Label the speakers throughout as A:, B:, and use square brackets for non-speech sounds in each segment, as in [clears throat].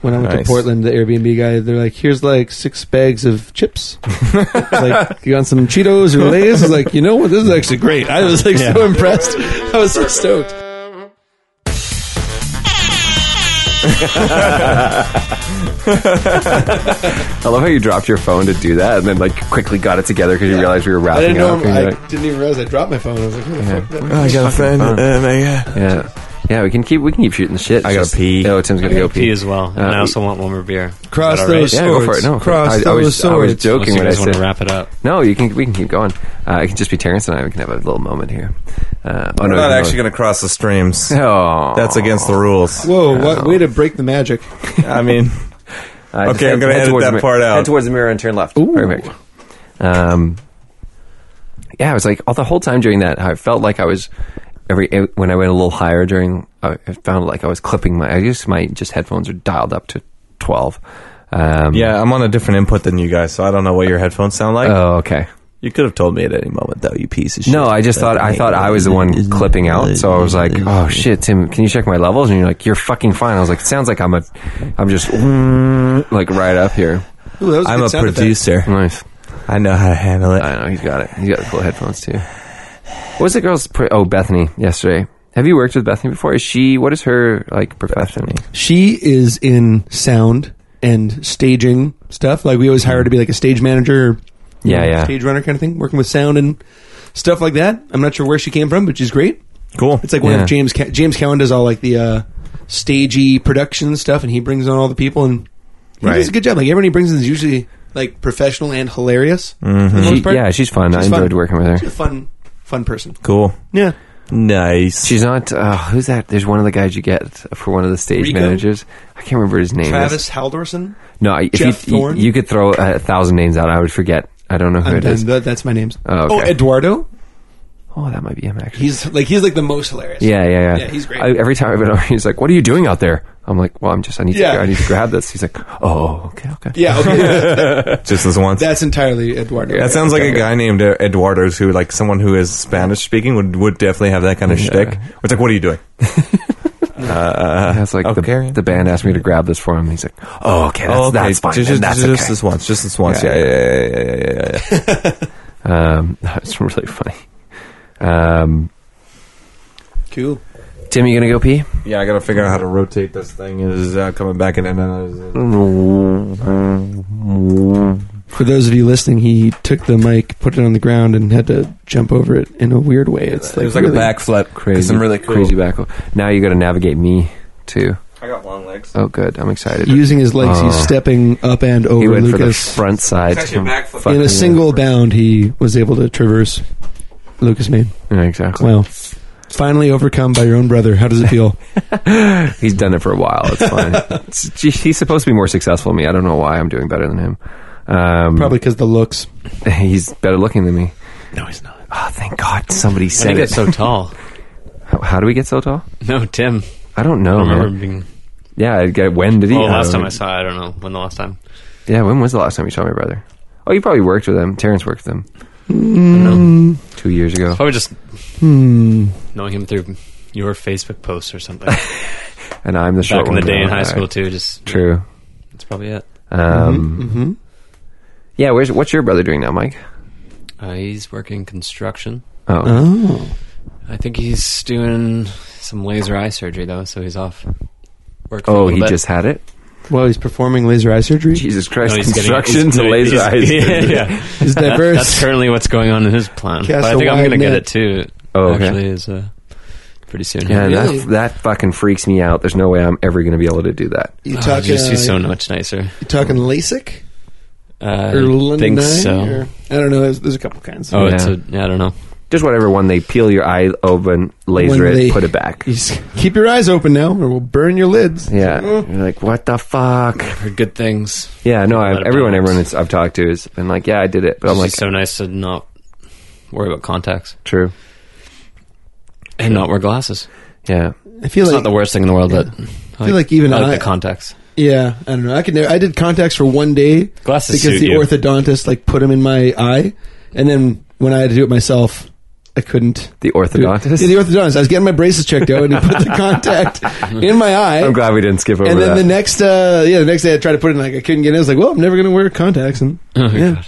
A: When I went to
B: Nice.
A: Portland, the Airbnb guy, they're like, "Here's like six bags of chips. It's
B: [laughs]
A: like, you want some Cheetos or Lay's?" I was like, "You know what? This is actually great." I was like so impressed. I was so stoked.
B: I love how you dropped your phone to do that, and then like quickly got it together because you realized we were
A: I
B: wrapping
A: didn't know.
B: up. and you're
A: I
B: like,
A: didn't even realize I dropped my phone. I was like, "Who the fuck?" did that?"
C: Oh, I got a friend.
B: fun.
C: uh, my God.
B: yeah, yeah, we can keep we can keep shooting the shit.
C: I gotta
B: Just-
C: pee.
B: Oh, Tim's gonna go pee.
D: Tea as well. And
B: Uh,
D: I also want one more beer.
A: Cross
D: Is that all
A: those-
D: right?
B: yeah, go for it. No,
A: Cross
B: I, I was,
A: those
B: I was
A: swords.
D: Unless
B: joking
D: you
B: when I
D: guys want to
B: said
D: wrap it up.
B: no. You can we can keep going. Uh, it can just be Terrence and I. We can have a little moment here. Uh, oh
C: I'm
B: no,
C: not
B: no.
C: actually going to cross the [laughs] streams.
B: Oh,
C: That's against the rules.
A: Whoa! What way to break the magic?
C: I mean,
B: I just
C: Okay,
B: head-
C: I'm gonna
B: head
C: edit
B: towards
C: that
B: the mi-
C: part out.
B: Head towards the mirror and turn left.
A: Ooh.
B: Perfect. Um, yeah, I was like all the whole time during that. I felt like I was every when I went a little higher during. I I found like I was clipping my. I guess my just headphones are dialed up to twelve. Um,
C: yeah, I'm on a different input than you guys, so I don't know what your headphones sound like.
B: Oh, okay.
C: you could have told me at any moment, though, you piece of shit.
B: No, I just thought I thought I was the one clipping out, so I was like, "Oh shit, Tim, can you check my levels?" And you're like, "You're fucking fine." I was like, it "Sounds like I'm a, I'm just like right up here."
A: Ooh, that was
C: I'm
A: good
C: a
A: sound effect.
C: producer.
B: Nice.
C: I know how to handle it.
B: I know he's got it. He's got the cool headphones too. What was the girl's? Pre- oh, Bethany. Yesterday. Have you worked with Bethany before? Is she? What is her like profession?
A: She is in sound and staging stuff. Like we always hire her to be like a stage manager, or, you
B: Yeah,
A: know,
B: yeah.
A: stage runner kind of thing, working with sound and stuff like that. I'm not sure where she came from, but she's great.
C: Cool.
A: It's like one
B: Yeah.
A: of James Ca- James Cowan does all like the uh, stagey production stuff, and he brings on all the people and he
C: Right.
A: does a good job. Like everyone he brings in is usually like professional and hilarious. For the
B: Mm-hmm. She,
A: most part.
B: yeah, she's fun. I
A: She's
B: enjoyed
A: fun.
B: working with
A: She's
B: her.
A: a fun, fun person.
C: cool.
A: Yeah,
C: Nice.
B: She's not. Uh, who's that? There's one of the guys you get for one of the stage
A: Rico?
B: managers. I can't remember his name.
A: Travis Haldorson.
B: No, I- if
A: Jeff
B: you, you,
A: Thorne?
B: you could throw a thousand names out, I would forget. I don't know who
A: I'm
B: it is.
A: done. That- that's my name's.
B: Oh, okay.
A: oh, Eduardo.
B: Oh, that might be him actually.
A: He's like he's like the most hilarious.
B: yeah, yeah, yeah.
A: Yeah, he's great.
B: I, every time I've been over, he's like, "What are you doing out there?" I'm like, "Well, I'm just. I need
A: Yeah.
B: to. I need to grab this." He's like, "Oh, okay, okay."
A: Yeah,
B: [laughs]
A: okay.
C: just this [laughs] once.
A: that's entirely Eduardo.
C: That sounds like a guy named uh, Eduardo, who like someone who is Spanish speaking would would definitely have that kind of shtick. Where It's like, what are you doing?
B: That's like
C: Okay.
B: the, the band asked me to grab this for him. He's like, "Oh, okay, that's,
C: okay,
B: that's fine.
C: Just,
B: then
C: just-
B: that's
C: just
B: okay."
C: this once. Just this once.
B: Yeah.
C: Yeah, yeah, yeah, yeah, yeah, yeah, yeah, yeah.
B: [laughs] Um, that's really funny. Um,
A: cool.
B: Tim, you gonna go pee?
C: Yeah, I gotta figure out how to rotate this thing. Is uh, coming back in and uh,
A: For those of you listening, he took the mic, put it on the ground, and had to jump over it in a weird way. It's like,
C: it was like
A: really-
C: a backflip.
B: Crazy,
C: I'm really cool.
B: crazy back. Now you got to navigate me too.
C: I got long legs.
B: Oh, good. I'm excited.
A: Using his legs, he's
B: Oh.
A: stepping up and
B: he
A: over
B: went for the
A: Lucas.
B: front side.
C: It's actually a backflip.
B: Fucking-
A: In a single bound, he was able to traverse Lucas Maine.
B: Yeah, exactly.
A: Wow. Finally overcome by your own brother. How does it feel?
B: [laughs] He's done it for a while. It's
A: [laughs]
B: fine. It's- gee, he's supposed to be more successful than me. I don't know why I'm doing better than him. Um,
A: Probably because the looks.
B: [laughs] he's better looking than me.
D: No, he's not.
B: Oh, thank God somebody
D: Why do you
B: said
D: get
B: it.
D: so
B: [laughs]
D: tall?
B: how, how do we get so tall?
D: No, Tim.
B: I don't
D: I
B: know.
D: don't
B: Oh, man. uh,
D: remember being.
B: Yeah, I get- when did he?
D: Well, last
B: don't
D: time
B: know.
D: I saw, it, I don't know when the last time.
B: Yeah, when was the last time you saw my brother? Oh, you probably worked with him. Terrence worked with him
D: No.
B: two years ago.
D: Probably just
A: Hmm.
D: knowing him through your Facebook posts or something.
B: And I'm the [laughs] short
D: Back in the
B: one
D: day
B: now.
D: in high
B: All
D: school
B: right.
D: too. Just
B: True.
D: That's probably it.
B: Um,
D: Mm-hmm,
A: hmm
B: Yeah, where's what's your brother doing now, Mike?
D: Uh, he's working construction. Uh-huh.
B: Oh,
A: Oh.
D: I think he's doing some laser eye surgery though, so he's off. Work for a
B: oh,
D: little
B: he
D: bit.
B: just had it.
A: Well, he's performing laser eye surgery.
B: Jesus
D: No,
B: Christ!
D: he's getting- [laughs]
B: Construction
D: he's-
B: to
D: no,
B: laser
D: he's- [laughs]
B: eyes.
D: Yeah, yeah.
A: He's
D: That-
A: diverse.
D: that's currently what's going on in his plan.
A: Cast
D: But I
A: a
D: think I'm
A: wide
D: going to get
A: net.
D: it too. It
B: [laughs] Oh, okay.
D: Actually, is uh, pretty soon.
B: Yeah,
A: Really?
B: that that fucking freaks me out. There's no way I'm ever going to be able to do that.
A: you
D: Oh,
A: talking,
D: just
A: uh,
D: he's so much nicer.
A: you talking LASIK?
D: Uh,
A: or
D: I think
A: London Eye,
D: so.
A: or- I don't know. There's, there's a couple kinds.
D: oh,
B: Yeah.
D: it's a, yeah, I don't know.
B: Just whatever one they peel your eye open, laser
A: When
B: it,
A: they-
B: put
D: [laughs]
B: it back.
A: You just keep your eyes open now, or we'll burn your lids.
B: Yeah,
A: Mm.
B: you're like what the fuck?
D: I've heard good things.
B: Yeah, no, I,
D: Let it
B: everyone,
D: bounce.
B: everyone that's- I've talked to has been like, yeah, I did it, but
D: It's
B: I'm like,
D: just so nice to not worry about contacts
B: true.
D: and not wear glasses.
B: Yeah,
A: I feel
D: It's
A: like
D: not the worst thing in the world, but I
A: feel like even
D: I like
A: I-
D: the contacts.
A: yeah. I don't know. I could. Never, I did contacts for one day
D: Glasses
A: because
D: suit
A: the
D: you.
A: orthodontist like put them in my eye, and then when I had to do it myself, I couldn't.
B: The
A: do it.
B: orthodontist.
A: Yeah, the orthodontist. I was getting my braces checked out, and he put the
B: [laughs]
A: contact in my eye.
B: I'm glad we didn't skip over
A: and then
B: that.
A: the next, uh, yeah, the next day I tried to put it in, like I couldn't get in. I was like, well, I'm never gonna wear contacts, and
D: [laughs] Oh,
A: yeah.
D: God.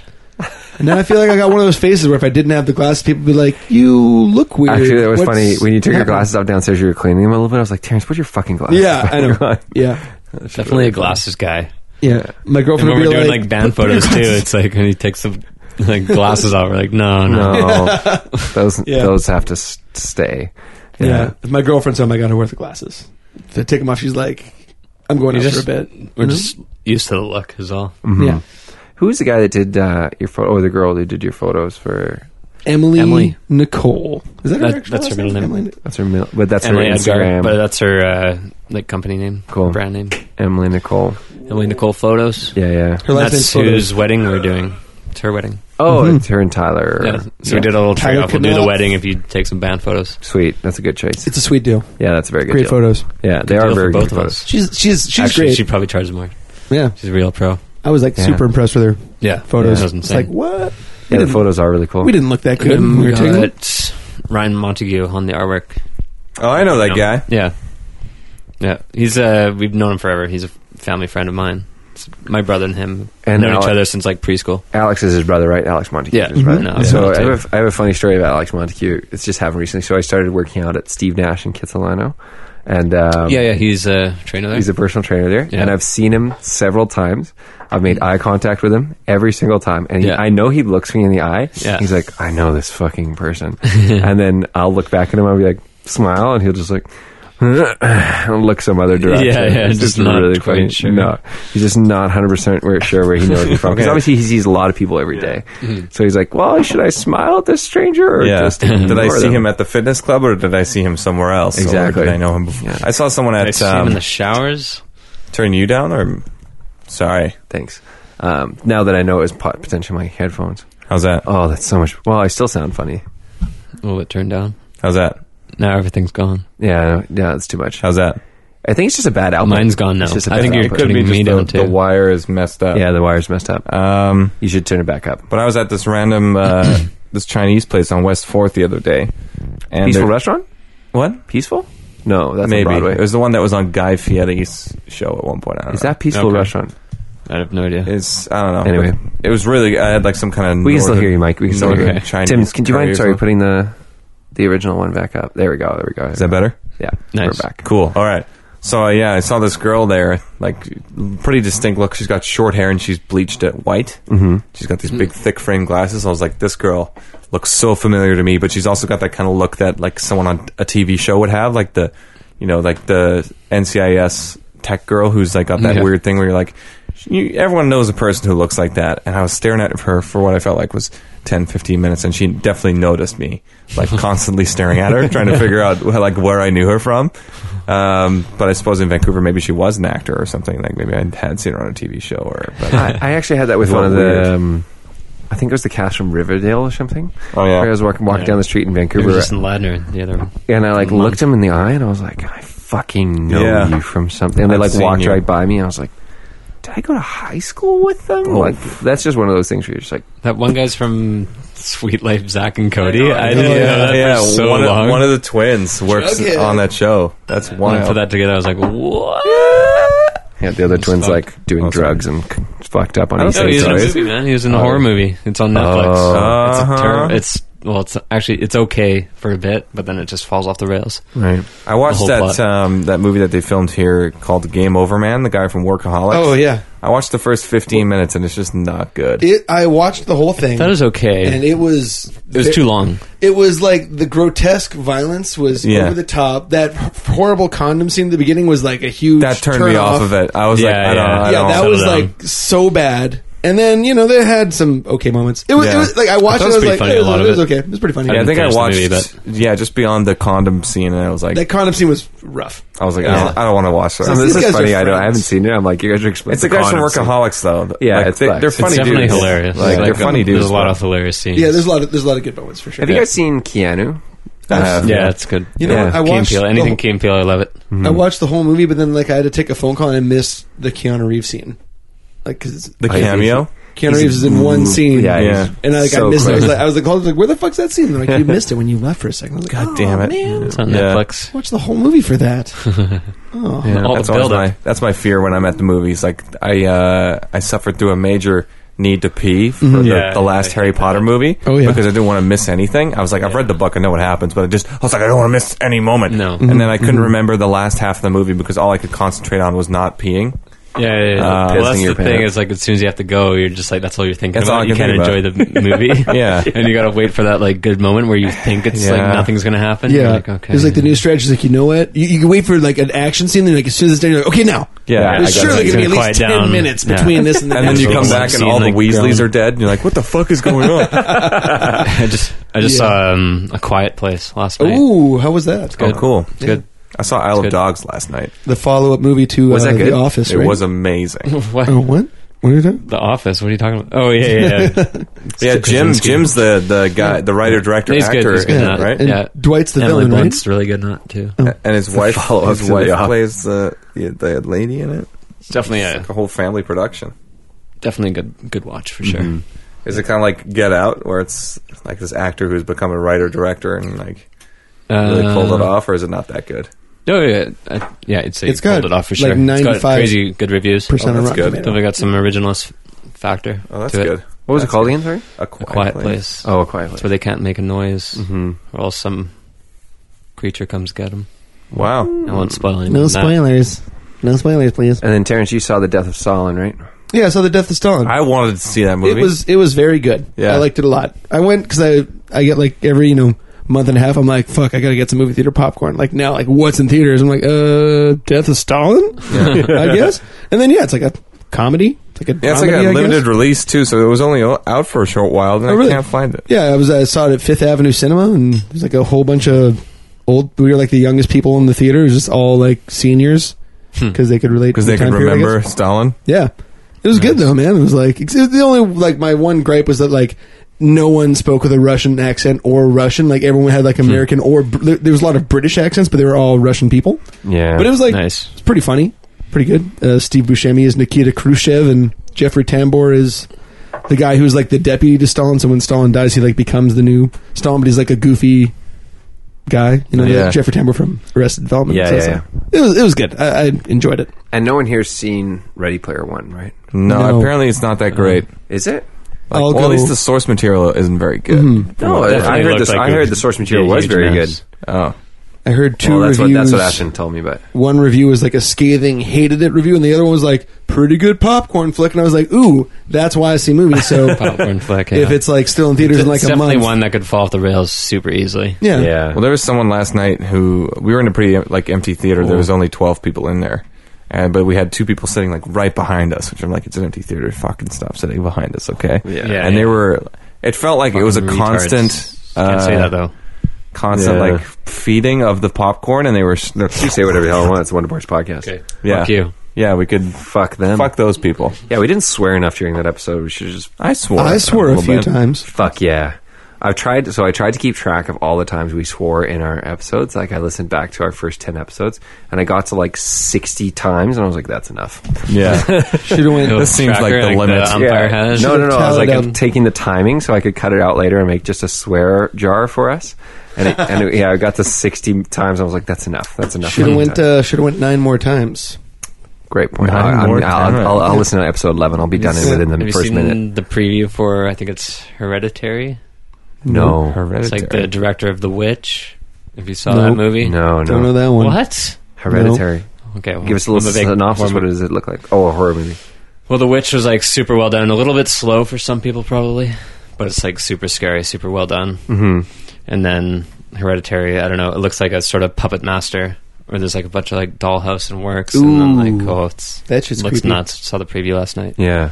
A: And now I feel like I got one of those faces where if I didn't have the glasses, people would be like, "You look weird."
B: Actually, that was
A: What's
B: funny. When you took your
A: happening?"
B: glasses off downstairs, you were cleaning them a little bit. I was like, Terrence, put your fucking glasses
A: Yeah,
B: back [laughs]
A: I know.
B: on."
A: yeah,
D: Definitely a glasses guy.
A: yeah. My
D: And
A: girlfriend
D: when
A: would
D: we're
A: be
D: doing
A: like,
D: like band
A: "Put- put [laughs] your
D: photos too,
A: glasses-"
D: it's like when he takes the like glasses off, we're like, no, no.
B: No, those
A: Yeah.
B: those have to s- stay.
A: Yeah. If my girlfriend's home, I got her worth the glasses. If I take them off, she's like, "I'm going
D: You
A: out
D: just-
A: for a bit."
D: We're
A: Mhm.
D: just used to the look is all.
B: Mhm.
A: Yeah.
B: Who's the guy that did uh, your photo? Oh, the girl who did your photos for
A: Emily,
D: Emily.
A: Nicole. Is that, her
D: That-
A: actual
D: that's
A: last
D: her middle name.
A: Emily-
B: that's her, mil- but that's
D: Emily
B: her
D: Edgar,
B: Instagram.
D: but that's her uh, like company name,
B: Cool.
D: brand name.
B: Emily Nicole.
D: Emily Nicole Photos.
B: Yeah, yeah.
A: Her last name's
D: that's
A: photo.
D: whose wedding we're doing. It's her wedding.
B: Oh,
A: Mhm.
B: it's her and Tyler.
D: Yeah. So we did a little
A: Tyler
D: trade off. We'll do the
A: Knopf.
D: wedding if you take some band photos.
B: Sweet. That's a good choice.
A: It's a sweet deal.
B: Yeah, that's a very good.
A: Great
B: deal.
A: photos.
B: Yeah, they
D: Good
B: are
D: deal for
B: very
D: both
B: good
D: of
B: photos.
D: us.
A: She's she's she's
D: Actually,
A: great.
D: she probably charges more.
A: yeah,
D: She's a real pro.
A: I was like
B: Yeah.
A: super impressed with her
D: Yeah.
A: photos.
D: Yeah.
A: it's like what? We
B: Yeah, the
A: didn't-
B: photos are really cool.
A: We didn't look that good. when we were taking them.
D: Got Ryan Montague on the artwork.
C: Oh, I know that
D: No.
C: guy.
D: Yeah. Yeah. He's uh we've known him forever. He's a family friend of mine. It's my brother and him and
B: And uh,
D: known each
B: Alex-
D: other since like preschool.
B: Alex is his brother, right? Alex Montague.
D: Yeah.
B: is his brother.
D: Mhm. No,
B: so
D: yeah.
B: I have, a, I have a funny story about Alex Montague. It's just happened recently. So I started working out at Steve Nash in Kitsilano, and um,
D: yeah, yeah, he's a trainer there.
B: He's a personal trainer there,
D: Yeah.
B: and I've seen him several times. I've made eye contact with him every single time, and he,
D: Yeah.
B: I know he looks me in the eye.
D: Yeah.
B: He's like, I know this fucking
D: [laughs]
B: person, and then I'll look back at him. I'll be like, smile, and he'll just like. [clears throat] and look some other direction.
D: [laughs] Yeah, yeah,
B: It's
D: just not quite
B: funny.
D: sure.
B: No, he's just not hundred percent sure where he
D: [laughs]
B: knows me from because
C: Okay.
B: obviously he sees a lot of people every day.
D: Mm-hmm.
B: So he's like, "Well, should I smile at this stranger or
C: Yeah.
D: [laughs]
B: just
C: did I
B: ignore
C: see
B: them?"
C: him at the fitness club or did I see him somewhere else? Or
B: Exactly.
C: did I know him before?
B: Yeah.
C: I saw someone
D: I
C: at
D: see him in
C: um,
D: the showers.
C: Turn You Down or. Sorry.
B: Thanks. Um, now that I know it was pot- potentially my headphones.
C: How's that?
B: Oh, that's so much. Well, I still sound funny.
D: Oh, it turned down.
C: How's that?
D: Now everything's gone.
B: Yeah, yeah, that's too much.
C: How's that?
B: I think it's just a bad output.
D: Mine's gone now.
B: It's just a
D: I
B: bad
D: think you're
B: output.
D: putting me down
C: the, the
D: too.
C: wire is messed up.
B: Yeah, the wire's messed up.
C: Um,
B: You should turn it back up.
C: but I was at this random uh, this Chinese place on West Fourth the other day. And they're-
B: Peaceful restaurant?
C: what?
B: Peaceful? No, that's
C: Maybe
B: on
C: it
B: Broadway.
C: was the one that was on Guy Fieri's show at one point. I don't
B: Is
C: know.
B: that peaceful
D: Okay.
B: restaurant?
D: I have no idea.
C: It's I don't know.
B: Anyway.
C: But it was really. I had like some kind of.
B: We can still hear you, Mike. We can still hear
C: northern
B: you.
C: Chinese
B: Tim, can do you
C: curry or
B: mind? Sorry,
C: something.
B: putting the the original one back up. There we go. There we go.
C: Is that better?
B: yeah,
D: Nice.
B: we're back.
C: Cool. All right. So uh, yeah, I saw this girl there, like pretty distinct look. She's got short hair and she's bleached it white.
B: Mm-hmm.
C: She's got these big, thick frame glasses. I was like, this girl looks so familiar to me, but she's also got that kind of look that like someone on a TV show would have, like the, you know, like the NCIS tech girl who's like got that
D: Yeah.
C: weird thing where you're like, you, everyone knows a person who looks like that. And I was staring at her for what I felt like was 10, 15 minutes, and she definitely noticed me, like constantly staring at her, trying to figure out [laughs] wh- like where I knew her from. Um, but I suppose in Vancouver, maybe she was an actor or something. Like maybe I had seen her on a TV show or. But,
B: I, I actually had that with
C: Felt
B: one of
C: weird.
B: the. Um, I think it was the cast from Riverdale or something.
C: oh yeah.
B: Where I was walking, walking
D: Yeah.
B: down the street in
D: We
B: Vancouver,
D: were just in Ladner, the other Mm-hmm. one.
B: and I like
D: Month.
B: looked him in the eye, and I was like, I fucking know
C: Yeah.
B: you from something. And they
C: I've
B: like
C: seen
B: walked
C: you.
B: right by me, and I was like, Did I go to high school with them?
C: Oh.
B: Like that's just one of those things where you're just like,
D: That one guy's from Sweet Life, Zach and Cody.
B: I know, I
D: I,
B: know.
D: didn't know that for so
C: one,
D: long.
C: Of, one of the twins works
A: Jughead.
C: on that show. That's
D: when I
C: one.
D: put that together, I was like, what?
B: yeah, the other
D: He's
B: twins
D: fucked.
B: like doing
C: Oh, sorry.
B: drugs and c- fucked up on
C: I don't
B: each
D: No,
C: think
D: he was in
B: other's
D: a
C: so.
B: eyes.
D: movie, man. He was in a
B: Oh.
D: horror movie. It's on Netflix.
B: Oh.
D: It's a
C: Uh-huh.
D: term. It's well, it's actually it's okay for a bit, but then it just falls off the rails.
C: Hmm.
B: Right.
C: I
D: the
C: watched
D: whole
C: that
D: plot.
C: um, that movie that they filmed here called Game Over Man. The guy from Workaholics.
A: Oh yeah,
C: I watched the first fifteen minutes and it's just not good.
A: it. I watched the whole thing.
D: That was okay.
A: and it was
D: it was too long.
A: It was like the grotesque violence was
C: Yeah.
A: over the top. That h- horrible condom scene at the beginning was like a huge
C: that turned me off of it. I was like,
D: Yeah,
C: I don't.
D: yeah.
C: I
A: yeah,
C: don't.
A: that was
D: settle down.
A: like so bad. And then you know they had some okay moments. It was, it
C: Yeah.
A: was like I
D: I
A: watched it. I
D: thought it
A: was
D: was pretty
A: like,
D: funny,
A: it
D: a
A: was,
D: lot
A: it
D: of
A: was
D: it.
A: okay. It was pretty funny.
C: yeah, I think I
D: finish the
C: watched.
D: movie,
C: yeah, just beyond the condom scene, and I was like,
A: that condom scene was rough.
C: I was like, I
D: Yeah.
C: don't, I don't want to watch
B: Some
C: that.
B: of this
A: These
B: is
A: guys are
B: funny. I don't. [laughs] I
A: friends.
B: haven't seen it. I'm like, you guys are explaining.
C: It's the guys from
B: condoms.
C: Workaholics, though.
B: Yeah,
C: Like,
B: it's
C: they,
B: facts.
C: they're
B: It's
C: funny
D: it's definitely
C: dudes.
D: hilarious.
C: Like,
B: Yeah.
C: they're funny dudes.
D: There's a lot
C: but-
D: of hilarious scenes.
A: Yeah, there's a lot of there's a lot of good moments for sure.
B: Have you guys seen Keanu?
C: Uh,
D: yeah, it's good.
A: You know
D: yeah.
A: what? I
D: Key and
A: watched
D: Peele.
A: the
D: anything
A: whole-
D: Key and Peele, I love it.
A: I watched the whole movie, but then like I had to take a phone call and I missed the Keanu Reeves scene, like because
C: the
B: I-
C: cameo.
A: Keanu Reeves is in one scene.
B: Yeah,
C: Oh, Yeah.
B: yeah.
A: And I, like,
B: So
A: I missed it. I was,
B: close.
A: like, I was like, I was like, where the fuck's that scene? They're like, you missed it when you left for a second. I was like,
C: God
A: "Oh,
C: damn it.
A: man.
D: It's on
C: Yeah.
D: Netflix.
A: Watch the whole movie for that. Oh.
D: Yeah, all
C: that's
D: the
C: always
D: build up.
C: my that's my fear when I'm at the movies. Like I uh, I suffered through a major need to pee for
A: Mm-hmm.
C: the,
E: Yeah,
C: the last
E: I
C: Harry
E: hate that.
C: Potter movie
A: Oh, yeah.
C: because I didn't want to miss anything. I was like, I've read the book, I know what happens, but I just I was like, I don't want to miss any moment.
D: No.
C: and then I couldn't
A: Mm-hmm.
C: remember the last half of the movie because all I could concentrate on was not peeing.
D: Yeah, yeah,
C: Uh,
D: yeah. well, that's
B: pissing
D: the
B: your
D: thing.
B: pants.
D: Is like as soon as you have to go, you're just like that's all you're thinking
C: That's all
D: about.
C: I
D: you
C: can
D: can't enjoy
C: think
D: the movie.
C: [laughs] Yeah.
D: and you gotta wait for that like good moment where you think it's like
C: Yeah.
D: nothing's gonna happen. You're
A: Yeah,
D: like, okay.
A: it's like the new strategy is like you know what you, you can wait for like an action scene. Then like as soon as it's done, you're like, okay, now
C: Yeah, I
A: there's
C: got
A: surely
C: it.
A: gonna be at
D: It's gonna
A: least ten
D: quiet down.
A: minutes
D: Yeah.
A: between
C: [laughs]
A: this and the
C: And then
A: next
C: you
A: one.
C: come back and
D: Seen,
C: all the
D: like,
C: Weasleys
D: growing-
C: are dead, and you're like, what the fuck
A: [laughs]
C: is going on?
D: [laughs] I just I just
A: Yeah.
D: saw um, a quiet place last night.
A: Ooh, how was that?
C: oh, cool.
A: Yeah.
D: Good. [laughs]
C: I saw Isle of
D: good.
C: Dogs last night.
A: The follow up movie to
C: Was
A: uh,
C: that good?
A: The Office,
C: It
A: right?
C: was amazing.
D: What?
A: oh, what? What are you doing?
D: The Office? What are you talking about? Oh
A: [laughs]
D: yeah, yeah, yeah.
C: [laughs] yeah, Jim.
D: Krasinski.
C: Jim's the the guy, the writer, director,
D: He's good,
C: actor,
D: he's good
C: in
D: in
C: it,
D: that.
C: right?
A: And uh,
D: Yeah.
A: Emily
D: Emily
A: Blunt's
D: Blunt's really good in too.
C: and his wife
B: follow-up
C: his
B: to
C: wife
B: The Office.
C: plays the yeah, the lady in it.
D: Definitely
C: It's
D: a
C: like a whole family production.
D: definitely a good good watch for
B: Mm-hmm.
D: sure.
C: Is it kind of like Get Out, where it's like this actor who's become a writer director and like really pulled it
D: Uh,
C: off, or is it not that good?
D: Oh yeah, uh, yeah. I'd say
A: It's
D: it's pulled
A: got
D: it off for
A: like
D: sure. it's got
A: 95%
D: crazy good reviews.
A: Percent
C: Oh,
A: of
C: that's
A: Rotten
C: good.
A: Tomatoes.
D: Definitely got some originalist factor.
C: Oh, that's
D: to it.
C: good.
B: What was it
C: That's
B: called
C: good.
B: again? Sorry.
C: A
D: A
C: quiet,
D: quiet place.
B: Oh, a quiet
D: It's
B: place.
D: where they can't make a noise,
B: hmm
D: or else some creature comes get them.
C: Wow.
D: I won't spoil anything.
A: No
D: of that.
A: spoilers. No spoilers, please.
B: And then Terrence, you saw the death of Stalin, right?
A: Yeah, so the Death of Stalin.
C: I wanted to see that
A: It
C: movie.
A: was it was very good.
C: Yeah.
A: I liked it a lot. I went because I I get like every you know month and a half. I'm like fuck, I gotta get some movie theater popcorn. Like now, like what's in theaters? I'm like uh, Death of Stalin, [laughs] I guess. And then yeah, it's like a comedy. It's like a
C: yeah, it's like
A: dramedy,
C: a
A: I guess.
C: limited release too, so it was only o- out for a short while, and
A: Oh, really?
C: I can't find it.
A: Yeah, I was I saw it at Fifth Avenue Cinema, and there's like a whole bunch of old. We were like the youngest people in the theater, it was just all like seniors because they could relate
C: Hmm. Because
A: to
C: they
A: the
C: could
A: time period, I guess.
C: remember Stalin.
A: Yeah, it was good though, man. It was like it's- the only like my one gripe was that like no one spoke with a Russian accent or Russian. Like everyone had like
B: Hmm.
A: American or Br- there there was a lot of British accents, but they were all Russian people.
B: Yeah.
A: But it was like
D: nice.
A: it's pretty funny, pretty good. Uh, Steve Buscemi is Nikita Khrushchev, and Jeffrey Tambor is the guy who's like the deputy to Stalin. So when Stalin dies, he like becomes the new Stalin, but he's like a goofy guy. You know,
B: Yeah.
A: like Jeffrey Tambor from Arrested Development.
B: Yeah,
A: So it's
B: yeah,
A: like- It was it was good. I, I enjoyed it.
B: and no one here's seen Ready Player One, right?
C: No,
A: No. Uh-huh.
C: apparently it's not that great.
B: Is
C: Like,
B: it?
A: I'll
C: well, at
A: go- Mm-hmm.
C: least the source material isn't very good.
B: No, I,
D: Definitely
B: I heard
D: looked
B: this.
D: like
B: I
D: it
B: heard
D: would
B: the source
D: be a
B: material was
D: huge
B: very
D: mess.
B: good.
C: Oh,
A: I heard two
B: well, that's what
A: reviews.
B: that's what Ashton told me about.
A: one review was like a scathing hated it review and the other one was like pretty good popcorn flick and i was like ooh that's why i see movies so
D: [laughs] Popcorn flick.
A: [laughs]
D: Yeah.
A: if it's like still in theaters
D: It's
A: in like a
D: definitely
A: month
D: one that could fall off the rails super easily.
A: yeah
C: Well, there was someone last night who we were in a pretty like empty theater. There was only twelve people in there, and but we had two people sitting like right behind us, which I'm like, it's an empty theater. Fucking stop sitting behind us, okay?
B: Yeah.
D: Yeah.
C: and they were. It felt like it was a
D: Fucking retards.
C: constant.
D: Can't say
C: uh,
D: that though.
C: Constant
B: Yeah.
C: like feeding of the popcorn, and they were. s-
B: You say whatever the hell I want. It's a Wonder Boys podcast.
C: uh, Yeah,
D: Fuck you.
C: yeah, we could
B: Fuck
A: Um,
B: them.
C: fuck those people.
B: Yeah, we didn't swear enough during that episode. We should just
C: I swore.
A: i swore a
C: little
A: few
C: bit.
A: times
B: Fuck yeah. I've tried so I tried to keep track of all the times we swore in our episodes. Like I listened back to our first 10 episodes and I got to like 60 times and I was like that's enough.
A: [laughs]
C: Yeah,
A: should have went
D: [laughs] Little
C: This seems like
D: tracker,
C: the limit.
D: umpire
B: Yeah.
D: has.
B: No, no, no. I
A: Should've
B: was like
A: tallied
B: I'm
A: up.
B: taking the timing so I could cut it out later and make just a swear jar for us. And, it, and it- yeah, I got to 60 times. I was like that's enough. That's enough.
A: should have
B: That's
A: went
B: enough.
A: uh, should have went nine more times
B: Great point.
C: Nine
B: I,
C: more
B: will I'll, I'll,
C: times.
B: I'll listen to episode 11. I'll be done in
A: Yeah.
B: within
D: Have
B: the
D: you
B: first
D: seen
B: minute.
D: the preview for I think it's Hereditary?
B: No.
D: It's like the director of The Witch. If you saw that
A: Nope.
D: movie,
B: No,
A: don't know
B: no.
A: that one
D: what?
B: Hereditary.
D: Okay, well,
B: Give us a little
D: I'm big
B: synopsis.
D: horror-
B: What does it look like? Oh, a horror movie.
D: Well, The Witch was like super well done. A little bit slow for some people probably, but it's like super scary, super well done.
A: Mm-hmm.
B: Mhm.
D: And then Hereditary, I don't know. It looks like a sort of puppet master, where there's like a bunch of like dollhouse and works, and then like
A: Ooh.
D: oh, it's,
A: that shit's
D: looks
A: creepy
D: nuts. Saw the preview last night.
B: Yeah.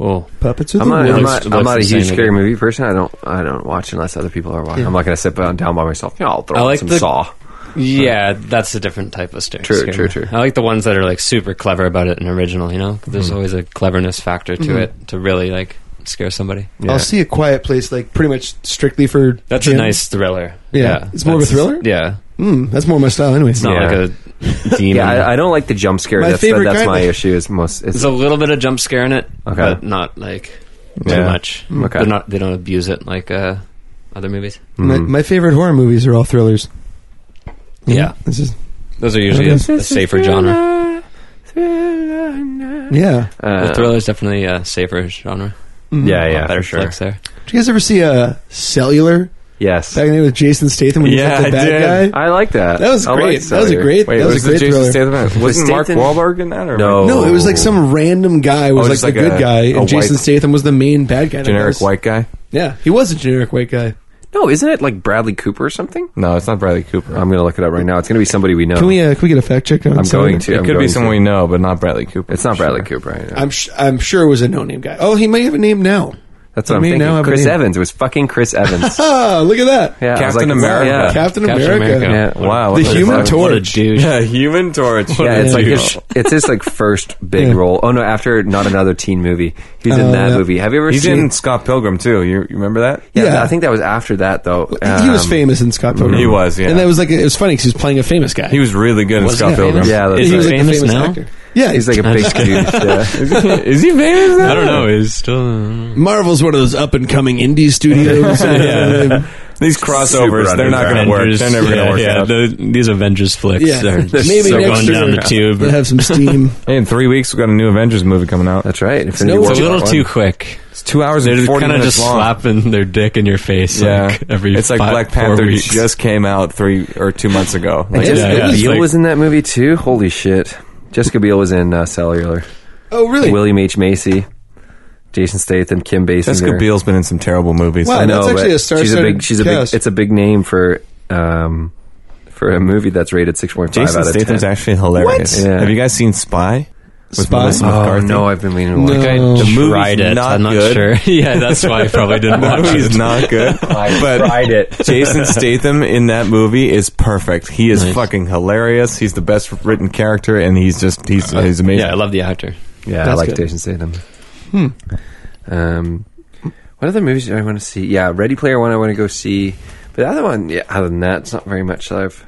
D: Oh,
A: puppets with
B: I'm
A: the
B: not, I'm
A: wolves.
B: not,
D: Looks-
B: I'm not a
D: looks
B: huge
D: insane
B: scary
D: again.
B: movie person. I don't I don't watch unless other people are watching.
A: Yeah.
B: I'm not going to sit down, down by myself. Yeah, I'll throw
D: I
B: on
D: like
B: some
D: the-
B: Saw.
D: Yeah, that's a different type of scary.
B: True,
D: scary.
B: true, true.
D: I like the ones that are like super clever about it and original. You know, there's
A: Mm-hmm.
D: always a cleverness factor to it to really like scare somebody.
B: Yeah.
A: i'll see a quiet place like pretty much strictly for
D: That's
A: Jim.
D: a nice thriller.
A: Yeah. It's more of a
D: That's-
A: thriller?
D: Yeah,
A: mm, that's more my style anyway
D: it's not
B: Yeah.
D: like a demon.
B: yeah, I, I don't like the jump scare.
A: My
B: that's the-
A: favorite
B: that's
A: kind
B: my
A: of-
B: issue. Is most it's
D: There's a little bit of jump scare in it,
B: Okay.
D: but not like too
C: Yeah.
D: much.
A: Hmm.
B: Okay.
D: They're not. They don't abuse it like uh, other movies.
A: My,
B: Mm.
A: my favorite horror movies are all thrillers. You know,
D: Yeah.
A: it's just-
D: Those are usually a, a safer genre.
A: yeah.
B: Uh,
D: well, thriller is definitely a safer genre.
A: Mhm.
B: Yeah,
D: A lot
B: yeah,
D: better
B: for sure.
D: flex there.
A: Did you guys ever see uh, Cellular
B: Yes,
A: back in the day with Jason Statham when he
C: Yeah,
A: was like,
C: I
A: the bad
C: did.
A: guy?
B: I like that.
A: That was
B: I
A: great.
B: like
A: That was a
B: Sawyer.
A: great-
C: Wait,
A: that was a
C: was,
A: great
C: it Jason
A: thriller.
C: Statham? in it? [laughs] Wasn't Mark
B: Statham-
C: Wahlberg in that? Or
B: No.
A: No, it was like some random guy was
C: Oh,
A: like
C: just
A: the
C: like
A: good
C: a-
A: guy,
C: a
A: and Jason
C: white-
A: Statham was the main bad guy.
C: generic
A: That was-
C: white guy?
A: Yeah, he was a generic white guy.
B: No, isn't it like Bradley Cooper or something?
C: No, it's not Bradley Cooper.
B: I'm gonna look it up right now. It's gonna be somebody we know.
A: Can we uh, can we get a fact check? On
B: I'm
A: Cellular?
B: going to.
C: it
B: I'm
C: could
B: going
C: be
B: to.
C: someone we know, but not Bradley Cooper.
B: It's not Bradley
C: Sure.
B: Cooper. I know.
A: I'm sh- I'm sure it was a no name guy. Oh, he may have a name now.
B: That's what
A: I
B: I'm
A: mean,
B: thinking.
A: now I have a
B: Chris
A: name.
B: Evans. It was fucking Chris [laughs] Evans.
A: Ah, look at that.
B: Yeah, I was
C: Captain
B: like,
C: America.
B: Yeah.
A: Captain,
D: Captain
A: America.
D: America.
B: Yeah.
C: Wow,
A: The
C: what is
A: Human
C: that?
A: Torch.
C: [laughs]
D: What a douche.
C: Yeah, Human Torch.
B: Yeah, it's like
A: Yeah.
B: his, it's his like first big
A: Yeah.
B: role. Oh no, after not another teen movie, he's in
A: Oh,
B: that
A: yeah.
B: movie. Have you ever
C: he's
B: seen?
C: in Scott Pilgrim too. You, you remember that?
B: yeah,
A: Yeah.
B: I think that was after that though.
A: he was
B: Um,
A: famous in Scott Pilgrim.
C: He was, yeah.
A: and that was like it was funny because he was playing a famous guy.
C: He was really good in
D: Was
C: Scott
D: he
C: Pilgrim.
D: famous?
B: Yeah, that's
A: he
D: Is
B: right.
A: was like
D: he famous
A: a famous
D: now?
A: actor. Yeah,
B: He's like a big dude. Yeah.
C: Is he famous? Now?
D: I don't know. He's still.
A: Marvel's one of those up and coming indie studios.
C: [laughs]
A: yeah,
C: These crossovers, they're not going to work. They're never going to work. out.
D: these Avengers flicks
A: Yeah.
D: are [laughs]
A: are just Maybe
D: maybe
A: so next
D: going
A: going year.
D: down
A: down
D: the
A: the
D: tube.
A: they have some steam.
C: Hey, in three weeks, we've got a new Avengers movie coming out.
B: That's right. It's
A: no-
D: It's a little too quick.
C: It's two hours
D: They're
C: and
D: just
C: forty
D: kind of
C: minutes
D: just
C: long.
D: slapping their dick in your face.
C: yeah,
D: like, every
C: it's like
D: five-
C: Black
D: four
C: Panther
D: weeks.
C: just came out three or two months ago. Like,
A: Yeah,
B: Jessica
A: yeah.
D: It's
B: Biel
D: like-
B: was in that movie too. Holy shit! Jessica Biel was in uh, Cellular.
A: oh, really?
B: William H Macy, Jason Statham, Kim Basinger.
C: Jessica Biel's been in some terrible movies.
A: Wow.
B: I know,
A: Ah, That's actually
B: but
A: a star-studded
B: she's a big. She's a big.
A: cast.
B: It's a big name for um, for a movie that's rated six point five
C: Jason
B: out of
C: Statham's
B: ten.
C: actually hilarious.
B: What? Yeah.
C: Have you guys seen Spy? With
A: Spy?
C: Melissa
B: oh
C: McCarthy?
B: no, I've been meaning to
A: No.
B: watch.
D: I
A: The
C: movie's
D: tried it.
C: not
D: I'm not
C: good.
D: sure. Oh. [laughs] yeah,
C: [laughs]
D: that's why I probably didn't
C: The
D: watch
C: movie's
D: it.
C: not good.
B: I
C: but
B: tried it.
C: [laughs] Jason Statham in that movie is perfect. He is fucking hilarious. He's the best written character, and he's just he's he's amazing.
D: Yeah, I love the actor.
B: Yeah, I
A: That's
B: like
A: good. Hmm.
B: Jason Statham. Um, what other movies do I want to see? Yeah, Ready Player One. I want to go see. But the other one, yeah, other than that, it's not very much that I've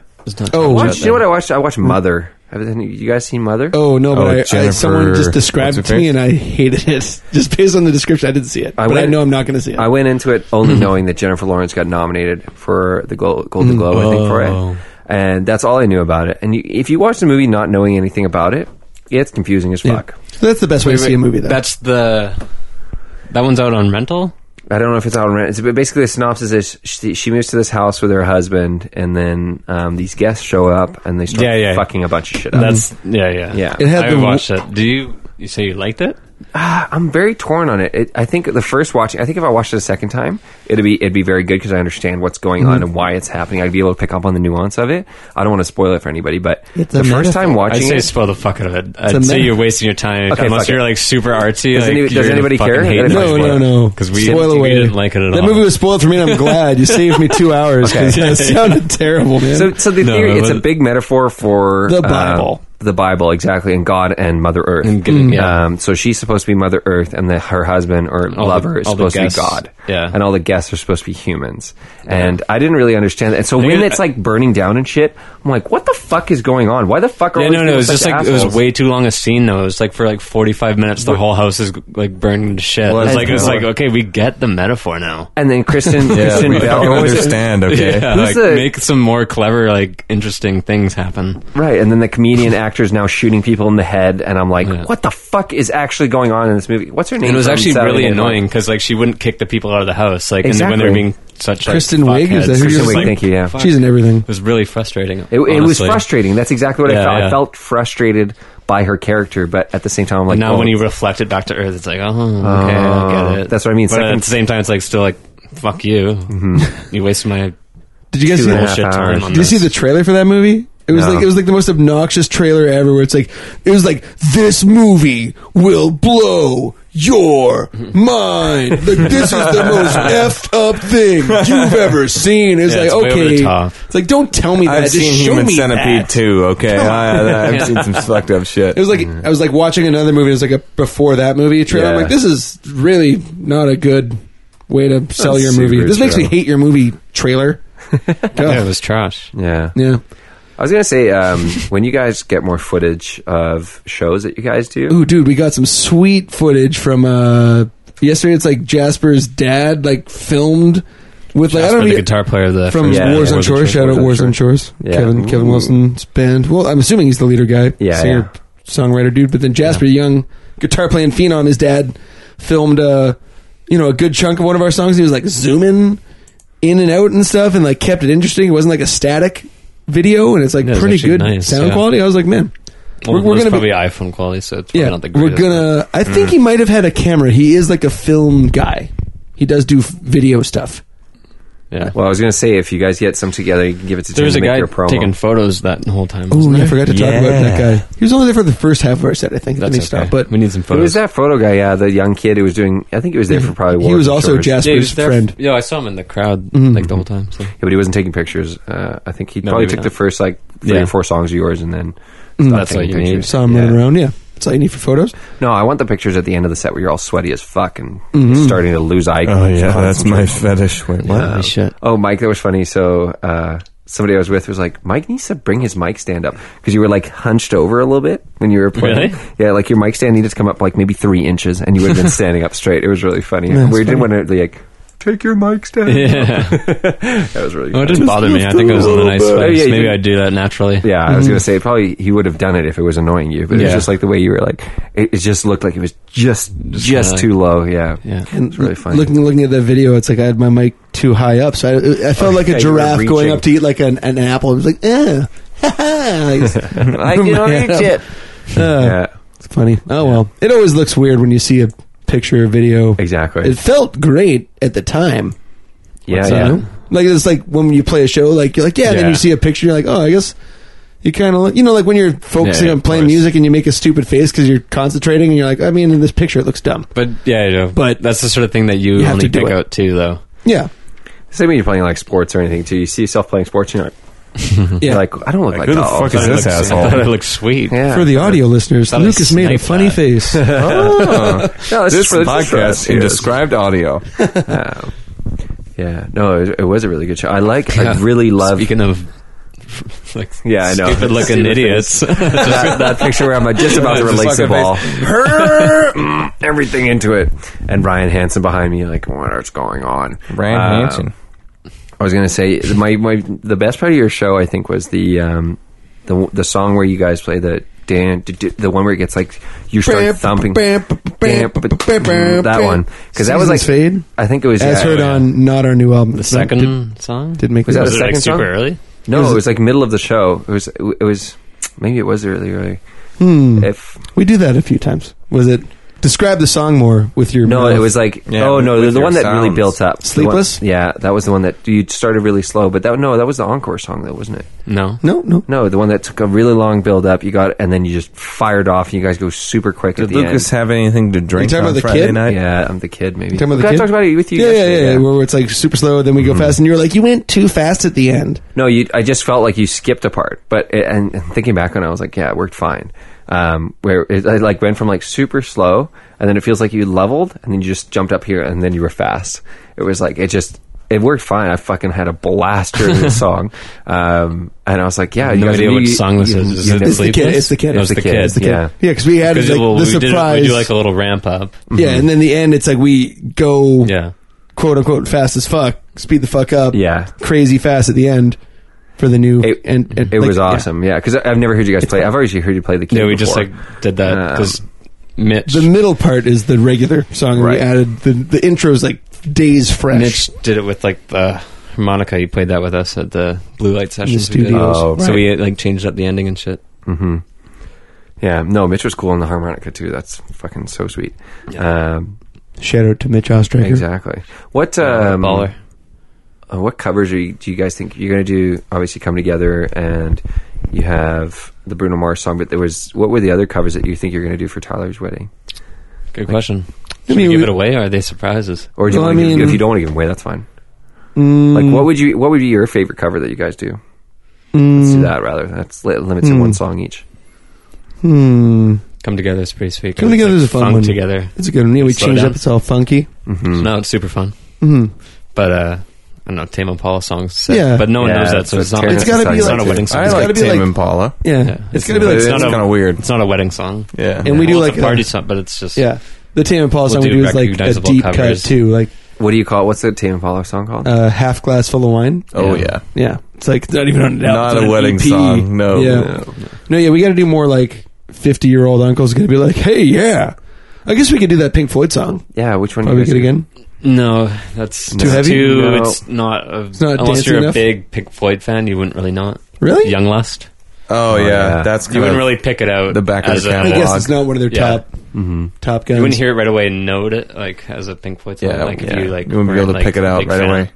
A: Oh,
B: watched. You know what I watched? I watched
A: Hmm.
B: Mother. Have any- you guys seen Mother?
A: Oh no!
C: Oh,
A: But I- I,
C: Jennifer-
A: someone just described it
C: what's
A: to
C: her
A: me, and I hated it. [laughs] Just based on the description, I didn't see it.
B: I
A: but I
B: went-
A: know I'm not going to see it.
B: I went into it
D: [clears throat]
B: only knowing that Jennifer Lawrence got nominated for the Gol- Golden Globe, I think, for
D: Oh.
B: it, and that's all I knew about it. And you, if you watch the movie not knowing anything about it, it's confusing as
A: Yeah.
B: fuck.
A: So that's the best way to see a movie. Though.
D: That's the. That one's out on rental.
B: I don't know if it's out on rent. It's- But basically, the synopsis is she, she moves to this house with her husband, and then um, these guests show up and they start
D: Yeah, yeah.
B: fucking a bunch of shit up.
D: That's yeah, yeah,
B: Mm. Yeah.
A: It had
D: I
A: the-
D: watched it. Do you? You say you liked it?
B: Ah, I'm very torn on it. it. I think the first watching, I think if I watched it a second time, it'd be it'd be very good because I understand what's going
A: Mm-hmm.
B: on and why it's happening. I'd be able to pick up on the nuance of it. I don't want to spoil it for anybody, but
A: It's a
B: the first
A: metaphor.
B: time
D: I
B: watching
D: say
B: it,
D: spoil the fuck out of it.
A: a
D: I'd say
A: myth.
D: you're wasting your time
B: Okay,
D: unless
B: fuck
D: you're
B: it.
D: like super artsy.
B: Does
D: like,
B: any- does
D: you're gonna
B: anybody
D: fucking
B: care?
D: hate
B: If I
D: this
A: no,
B: spoil
D: book.
A: no, no.
D: Because we,
A: Spoil
D: we
A: away.
D: didn't like it at
A: that
D: all.
A: movie was spoiled for me, and I'm glad you saved me two hours [laughs] because it sounded terrible, man.
B: so so the
D: No,
B: theory,
D: it
B: it's a
D: wasn't-
B: big metaphor for
A: The
B: uh,
A: Bible. Mm.
B: the Bible exactly, and God and Mother Earth.
D: And getting- yeah.
B: um, so she's supposed to be Mother Earth, and the, her husband or
D: All the-
B: lover is
D: all the
B: supposed to be
D: guests.
B: God.
D: Yeah.
B: and all the guests are supposed to be humans. And I didn't really understand that. And so when
D: it-
B: it's like burning down and shit, I'm like, what the fuck is going on? Why the fuck are
D: Yeah,
B: all these
D: no, no. It
B: people
D: was just
B: such
D: like it was
B: assholes?
D: way too long a scene though. It was like for like forty five minutes, the whole house is like burning to shit.
C: Well,
D: it was
B: that's
D: like it was
B: cool.
D: like okay, we get the metaphor now.
B: And
D: [laughs]
B: then Kristen, Kristen [laughs]
C: we
B: Bell,
C: fucking
B: what was it?
C: understand. Okay,
D: Yeah,
B: Who's
D: like,
B: the-
D: make some more clever, like interesting things happen.
B: Right, and then the comedian actor is now shooting people in the head, and I'm like,
D: Yeah.
B: what the fuck is actually going on in this movie? What's her name?
D: And it was
B: from
D: actually
B: Saturday
D: really
B: Night Live?
D: annoying because like she wouldn't kick the people out of the house, like and when they were
B: Exactly.
D: being such like
A: Kristen Wiig, is that
D: fuckheads.
A: who
D: It was
A: you're
D: just,
B: Wiig,
D: like,
B: thank you, yeah.
D: fuck.
A: she's in everything.
D: It was really frustrating.
B: It, it was
D: honestly.
B: frustrating. That's exactly what I
D: Yeah,
B: felt.
D: yeah.
B: I felt frustrated by her character, but at the same time, I'm like,
D: But now
B: oh,
D: when you reflect it back to Earth, it's like, oh, okay, I get it.
B: that's what I mean.
D: But at
B: Second-
D: the same time, it's like still like, fuck you. [laughs] You wasted my
A: Did you guys
B: Two
A: see?
B: and a
A: Did
B: half
D: bullshit time
B: hours.
D: on
A: you
D: this.
A: see the trailer for that movie? It was
B: No.
A: like it was like the most obnoxious trailer ever. Where it's like it was like this movie will blow
D: [laughs]
A: your mind. Like this is the most effed up thing you've ever seen. It's
D: Yeah,
A: like
D: it's way over
A: okay,
D: the top.
A: it's like don't tell me that.
C: I've
A: Just
C: seen
A: show
C: Human
A: me
C: Centipede
A: that.
C: too. Okay, I, I've seen some fucked up shit.
A: It was like
D: Mm-hmm.
A: I was like watching another movie. It was like a before that movie trailer. I'm
B: Yeah.
A: like, this is really not a good way to sell your
B: super
A: movie. This makes me
B: true.
A: hate your movie
D: [laughs]
A: trailer.
D: Yeah, it
A: God.
D: was trash.
B: yeah.
A: Yeah.
B: I was gonna
D: [laughs]
B: say um, when you guys get more footage of shows that you guys do.
A: Ooh, dude, we got some sweet footage from uh, yesterday it's like Jasper's dad like filmed with like I
D: Jasper,
A: don't
D: the
A: know
D: guitar player of the
A: from
D: first-
B: Yeah,
A: Wars on
B: yeah. Wars on
A: Shores. Shout out
B: Wars
A: Wars
B: on
A: on Shores.
B: Yeah.
A: Kevin Kevin
B: Ooh.
A: Wilson's band. Well, I'm assuming he's the leader guy,
B: Yeah,
A: singer, songwriter dude. But then Jasper, young guitar playing phenom, his dad filmed uh you know a good chunk of one of our songs. He was like zooming in and out and stuff, and like kept it interesting. It wasn't like a static video, and it's like
D: No, it's
A: pretty
D: actually
A: good
D: nice,
A: sound
D: yeah.
A: quality. I was like, man,
D: Well,
A: we're, we're
D: it's
A: gonna be
D: probably iPhone quality, so it's probably not the
A: we're
D: greatest. Mm.
A: gonna. I think he might have had a camera. He is like a film guy. He does do f- video stuff.
D: Yeah.
B: Well, I was going to say if you guys get some together, you can give it to
D: There
B: Jim
D: was
B: to
D: a
B: make
D: guy
B: your promo.
D: taking photos that whole time. wasn't
A: Oh, I
D: there?
A: forgot to talk about that
C: Yeah.
A: guy. He was only there for the first half of our set, I think. Then
D: That's
A: he
D: okay.
A: stopped. But
D: we need some
B: Who was
D: photos.
B: that photo guy? Yeah, the young kid who was doing. I think he was there for probably.
A: he
B: Wars
A: was
B: and
A: also
B: Shores.
A: Jasper's
D: Yeah, he was there.
A: friend.
D: yeah, I saw him in the crowd like the whole time. So.
B: Yeah, but he wasn't taking pictures. Uh, I think he
D: No,
B: probably
D: maybe
B: took the
D: not.
B: first like three
D: Yeah.
B: or four songs of yours, and then
A: Mm.
B: stopped
D: That's
B: taking
D: what you need.
B: pictures.
A: Saw him
B: Yeah.
A: running around. Yeah, that's all you need for photos.
B: No, I want the pictures at the end of the set where you're all sweaty as fuck and
A: Mhm.
B: starting to lose eye.
C: Mm-hmm. Oh yeah,
B: contact.
C: that's my fetish. Wait, what?
D: Holy shit.
B: Oh, Mike, that was funny. So uh, somebody I was with was like, Mike needs to bring his mic stand up because you were like hunched over a little bit when you were playing.
D: Really?
B: Yeah, like your mic stand needed to come up like maybe three inches, and you would
C: [laughs]
B: have been standing up straight. It was really funny.
A: Yeah,
B: we
A: it's
B: didn't want to like take your mic stand.
D: Yeah.
B: [laughs] That was really.
D: Oh, it
B: funny.
D: didn't bother me. I think it was on the nice
B: bit.
D: vibes.
B: Oh, Yeah, you
D: Maybe
B: did-
D: I'd do that naturally.
B: Yeah, I was gonna say probably he would have done it if it was annoying you, but it was
D: Yeah.
B: just like the way you were like it, it just looked like it was just just,
D: kinda
B: too low. Yeah,
D: Yeah.
A: And
B: really funny. [laughs]
A: Looking looking at that video, it's like I had my mic too high up, so I, I felt
B: [laughs]
A: like
B: yeah,
A: a
B: you were
A: giraffe going
B: reaching.
A: up to eat like an, an apple. It was like, [laughs] eh. I
B: [laughs] I don't eat shit. Yeah,
A: uh, It's funny. Oh well, it always looks weird when you see a picture or video.
B: exactly.
A: It felt great at the time.
B: yeah,
A: So,
B: yeah.
A: you know? Like it's like when you play a show, like you're like, yeah, and then
D: Yeah.
A: you see a picture, you're like, oh, I guess you kind of, look you know, like when you're focusing
D: Yeah,
A: on
D: of
A: playing
D: course.
A: music and you make a stupid face because you're concentrating, and you're like, I mean, in this picture, it looks dumb.
D: But yeah, you know,
A: But-
D: but that's the sort of thing that you,
A: You have
D: only
A: to do
D: pick
A: it.
D: out too, though.
A: Yeah,
B: Same when you're playing like sports or anything too. You see yourself playing sports, and you're like,
A: yeah.
B: you're Mhm. like I don't look like,
C: Like, who the
B: that.
C: fuck is this
D: I [laughs]
C: asshole?
D: thought it looked sweet.
B: [laughs] Yeah.
A: For the audio listeners,
D: Thought I
A: Lucas made a
D: sniped
A: funny
D: that.
B: [laughs]
A: face.
B: Oh. no, it's
C: This
B: for- it's for
C: podcast
B: us,
C: in
B: yes.
C: described
B: [laughs]
C: audio.
B: Um, yeah, no, it, it was a really good show. I like. I
D: Yeah.
B: really love.
D: Speaking of, [laughs] like,
B: Yeah, I know.
D: stupid looking idiots. [laughs]
B: that, that picture where I'm just about to
C: Just like
B: release a
C: a
B: ball. Her- mm, everything into it. And Ryan Hansen behind me, like, what's going on?
C: Brian
B: Um,
C: Manson.
B: I was going to say, my, my the best part of your show, I think, was the um, the, the song where you guys play the dan, d- d- the one where it gets like you start thumping. That one. Because that was like,
A: Seasons fade.
B: I think it was.
A: As
B: yeah,
A: heard on not our new album.
D: the
A: It's not-
D: second
A: did,
D: song
A: did make
B: Was
A: the
B: that
D: was
B: the
D: it
A: list.
D: like
B: second song?
D: super early?
B: No, it was like middle of the show. It was, it was, maybe it was early, early.
A: Hmm.
B: If
A: We do that a few times. Was it describe the song more with your
B: No,
A: mouth.
B: it was like
C: Yeah,
B: oh no,
C: with
B: the, the
C: your
B: one that really
C: sounds.
B: built up. The
A: Sleepless?
B: one- yeah, that was the one that you started really slow, but that no, that was the encore song though, wasn't it?
D: No.
A: no, no.
B: No, the one that took a really long build up. You got and then you just fired off. and You guys go super quick at
C: Did
B: the
C: Lucas have anything to drink
A: talking
C: on
A: about the
C: Friday
A: kid?
C: night?
B: end. Yeah, I'm the kid. Maybe.
A: You talking about the
B: I
A: kid?
B: talked about it with you.
A: Yeah, yeah,
B: yesterday,
A: yeah, Where it's like super slow, then we
D: Mm-hmm.
A: go fast, and you're like, you went too fast at the end.
B: No, you. I just felt like you skipped a part, but it, and, and thinking back on, it, I was like, yeah, it worked fine. Um, where it I like went from like super slow, and then it feels like you leveled, and then you just jumped up here, and then you were fast. It was like it just it worked fine. I fucking had a blast
D: [laughs]
B: during the song, um, and I was like, yeah,
D: No
B: you guys
D: idea
B: knew
D: which
B: you-
D: song this
B: you-
D: is. Is
B: you
D: it
B: know-
A: It's the kid.
D: Sleepless?
A: It's the kid.
D: No, it's the kid.
A: It's the kid.
B: Yeah.
A: Yeah, because we added
D: Because
A: like
D: well,
A: the
D: we, did,
A: surprise.
D: we do like a little ramp up.
A: yeah, and then the end, it's like we go
D: Yeah.
A: quote unquote fast as fuck, speed the fuck up,
B: Yeah.
A: crazy fast at the end for the new.
B: It-
A: and, and
B: It
A: like,
B: was
A: yeah.
B: awesome, yeah. Because I've never heard you guys play. I've always heard you play the kid.
D: Yeah, we just
B: before.
D: like did that because Mitch
A: The middle part is the regular song, and
B: Right.
A: we added the the intro is like days fresh.
D: Mitch did it with like the harmonica. You played that with us at the blue light session.
A: studios.
B: Oh,
D: So
A: right.
D: we uh, like changed up the ending and shit.
B: hmm Yeah, no, Mitch was cool on the harmonica too. That's fucking so sweet. Um,
A: Shout out to Mitch Ostriker.
B: Exactly. What
D: Uh,
B: um,
D: baller.
B: uh, what covers are you, do you guys think you're going to do? Obviously, come together, and you have the Bruno Mars song. But there was what were the other covers that you think you're going to do for Tyler's wedding?
D: Good question.
A: I
D: Should
A: mean,
D: we give
A: we-
D: it away or are they surprises?
B: Or do you
A: Well,
B: wanna
A: I
B: give-
A: mean-
B: if you don't want to give them away, that's fine.
A: Mm,
B: Like, what would you what would be your favorite cover that you guys do? Let's do
A: mm,
B: that rather. That's li- limits to
A: Hmm.
B: one song each.
A: Hmm.
D: Come together is pretty sweet. 'cause
A: Come
D: it's,
A: Together
D: like,
A: is a fun
D: funk
A: one.
D: together.
A: It's a good one. Yeah, we
D: Slow
A: changed
D: down.
A: up. It's all funky.
B: hmm
D: No, it's super fun.
A: hmm
D: But uh, I don't know. Tame Impala songs. sick.
A: Yeah.
D: But no one
B: Yeah,
D: knows that,
B: that's
D: so it's
B: what
D: not.
B: Terrence
A: It's gotta
B: is
A: be
B: excited
D: like-
B: to do.
D: wedding song.
C: I
A: It's gotta
C: like
A: be
C: Tame
A: like-
C: Impala.
A: Yeah.
D: Yeah,
A: It's
D: it's-
A: gonna be
C: But
A: like
C: it's
D: not a-
C: kind of weird.
D: It's not a wedding song.
C: Yeah,
A: And we do
D: Well,
A: like
D: it's a
A: a-
D: party song, but it's just
A: yeah. the Tame Impala song
D: We'll
A: we
D: do
A: do is like a
D: recognizable
A: deep
D: covers.
A: cut too, like
B: What do you call it? What's the Tame Impala song called?
A: uh, half glass full of wine.
C: Oh
B: Yeah.
C: yeah,
A: Yeah, it's like not even on an album,
C: not
A: it's on
C: a
A: an
C: wedding
A: EP.
C: song. No,
A: Yeah.
B: No.
A: No, yeah, we got to do more like fifty year old uncle's going to be like, hey, yeah. I guess we could do that Pink Floyd song.
B: Yeah, which one? do you
A: Probably
B: guys
A: good
B: do?
A: again.
D: No, that's
B: Too
D: it's
A: heavy?
D: Too,
B: No.
D: It's not. A,
A: not
D: unless
A: dancey
D: you're a
A: enough?
D: big Pink Floyd fan, you wouldn't really know it.
A: Really?
D: Young Lust.
C: Oh, yeah,
B: yeah.
C: that's
D: You
C: kind
D: wouldn't
C: of
D: really pick it out.
C: the back of
D: as
C: the
D: a-
A: I
C: catalog.
A: guess it's not one of their
D: Yeah.
A: top
B: Mm-hmm.
A: top guns.
D: You wouldn't hear it right away and note it, like as a Pink Floyd song.
C: yeah.
D: like if
C: yeah.
D: you like,
C: wouldn't be
D: weren't,
C: able to
D: like,
C: pick it out
D: big
C: right
D: fan.
C: away.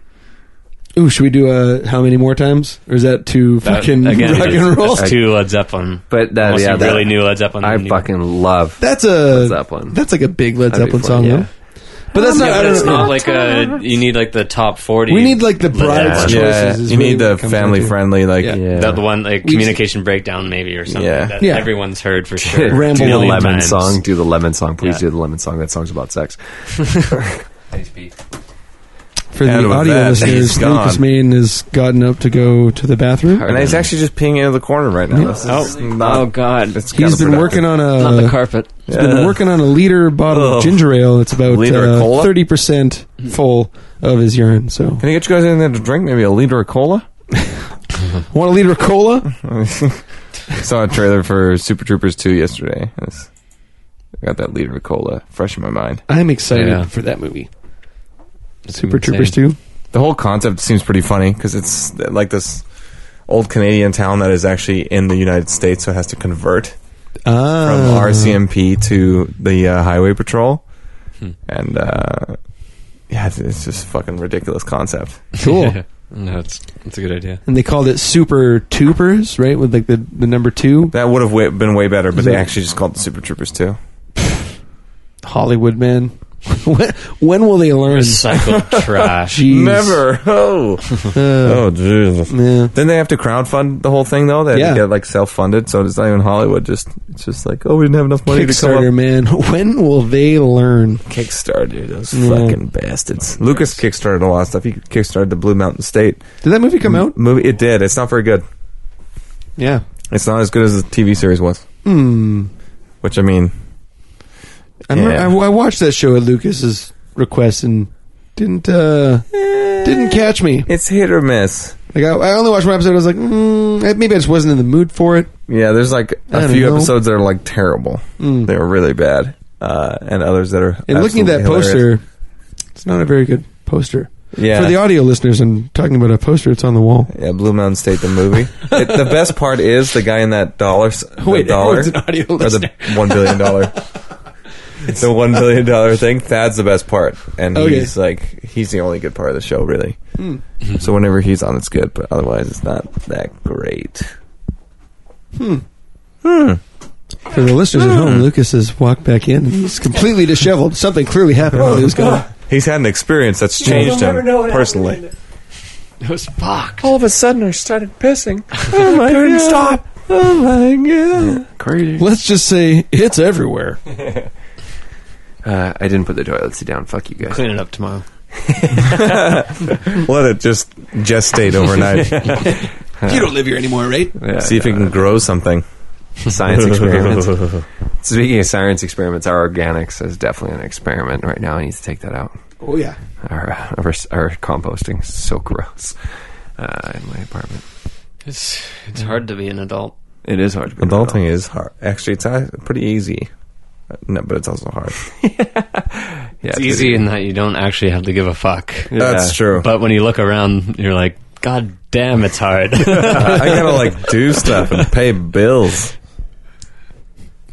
A: Ooh, should we do uh, how many more times? Or is that too [laughs]
D: That-
A: fucking
D: again,
A: rock
D: it's-
A: and roll?
D: [laughs] It's too Led Zeppelin.
B: But that,
D: Unless
B: yeah,
D: you
B: that-
D: really knew Led Zeppelin.
B: I
D: then you-
B: fucking love
A: That's a
B: that one.
A: that's like a big Led
B: That'd be
A: Zeppelin
B: fun,
A: song,
B: yeah.
A: though. But that's not.
D: Yeah,
A: I
D: but
A: don't
D: it's
A: know.
D: not like a. You need like the top forty.
A: we need like the bride's
D: Led
A: choices.
D: Zeppelin.
C: Yeah,
A: is
C: you
A: really what
C: need the
A: it comes down
C: family
A: to.
C: friendly like.
A: Yeah.
B: yeah.
D: That the one like
A: We-
D: communication breakdown maybe or something
C: Yeah.
D: that
A: Yeah.
D: everyone's heard for [laughs] sure.
B: do
A: Ramble
B: the
A: million
B: lemon
D: times.
B: song. Do the lemon song. Please
D: Yeah.
B: do the lemon song. That song's about
D: [laughs]
B: sex.
A: For the
C: And with
A: audio
C: that,
A: listeners,
C: he's gone.
A: Lucas Maine has gotten up to go to the bathroom.
C: And he's actually just peeing into the corner right now. This is not-
D: Oh, god,
C: it's kinda
A: He's been
C: productive.
A: working on
D: not the
A: a
D: carpet.
A: he's been
C: Yeah.
A: working on a liter bottle of
C: Ugh.
A: ginger ale. It's about uh,
C: Liter of cola?
A: thirty percent full of his urine. So,
C: Can I get you guys anything to drink? Maybe a liter of cola?
A: want a liter of cola?
C: saw a trailer for Super Troopers 2 yesterday. I was- I got that liter of cola fresh in my mind.
A: I'm excited
D: Yeah.
A: for that movie.
D: It's
A: Super
D: insane.
A: Troopers Two.
C: The whole concept seems pretty funny because it's like this old Canadian town that is actually in the United States, so it has to convert
A: Ah,
C: from RCMP to the uh, Highway Patrol. And uh, yeah, it's- it's just a fucking ridiculous concept.
D: [laughs]
A: cool.
C: [laughs]
D: no, it's it's a good idea.
A: and they called it Super Tubers, right? With like the, the number two
C: That would have wa- been way better, but
A: Is
C: they
A: it-
C: actually just called it Super Troopers 2.
A: Hollywood man. [laughs] when, when will they learn?
D: [laughs] Recycled trash.
A: Jeez.
C: Never! [laughs] Oh!
A: Uh,
C: oh, Jesus.
A: yeah.
C: Then they have to crowdfund the whole thing though. They have
A: Yeah.
C: to get like self funded, so it's not even Hollywood. Just it's just like oh, we didn't have enough money to come
A: Kickstarter
C: up.
A: man. [laughs] When will they learn?
C: Kickstarter, those
A: Yeah.
C: fucking bastards. Lucas kickstarted a lot of stuff. He kickstarted the Blue Mountain State
A: Did that movie come out?
C: movie. It did. It's not very good.
A: Hmm. Yeah.
C: It's not as good as the TV series was.
A: Hmm.
C: Which I mean,
A: I, remember,
C: Yeah.
A: I, I watched that show at Lucas's request and didn't uh, didn't catch me.
C: it's hit or miss.
A: Like I, I only watched one episode. I was like, mm, eh, maybe I just wasn't in the mood for it.
C: Yeah, there's like
A: I
C: a
A: don't
C: few
A: know.
C: episodes that are like terrible.
A: Mm.
C: They were really bad, uh, and others that are.
A: And looking at that
C: absolutely hilarious.
A: poster, it's not a very good poster.
C: yeah,
A: For the audio listeners, I'm talking about a poster. It's on the wall.
C: Yeah, Blue Mountain State, the movie.
A: [laughs]
C: it, the best part is the guy in that dollar. s- the
A: Wait,
C: dollar
A: everyone's an audio
C: or the one billion
A: [laughs]
C: dollar. the one billion dollar thing. That's the best part, and
A: Okay.
C: he's like, he's the only good part of the show, really.
A: Hmm.
C: So whenever he's on, it's good, but otherwise, it's not that great.
A: For the listeners at home, Lucas has walked back in. and He's completely disheveled. Something clearly happened while he was [laughs] gone.
C: He's had an experience that's changed him personally.
D: It was fucked.
C: All of a sudden, I started pissing. Oh my Couldn't stop. Oh my god!
B: [laughs] Crazy.
A: Let's just say it's everywhere.
B: Uh, I didn't put the toilet seat down. Fuck you guys.
D: Clean it up tomorrow.
C: Let it just
A: [laughs]
C: gestate overnight.
A: [laughs] You don't live here anymore, right?
B: Yeah,
C: See if it can
A: [laughs]
C: grow something. [laughs]
B: science experiments. Speaking of science experiments, our organics is definitely an experiment right now. I need to take that out.
A: Oh yeah.
B: Our uh, our, our composting is so gross uh, in my apartment.
D: It's it's hard to be an adult.
B: It is hard. To be an adult.
C: Adulting is hard. Actually, it's uh, pretty easy. Uh, No, but it's also hard.
B: Yeah,
D: it's easy in that you don't actually have to give a fuck.
C: That's true.
D: But when you look around, you're like, God damn, it's [laughs]
C: [laughs]
D: hard.
C: I gotta like do stuff and pay bills.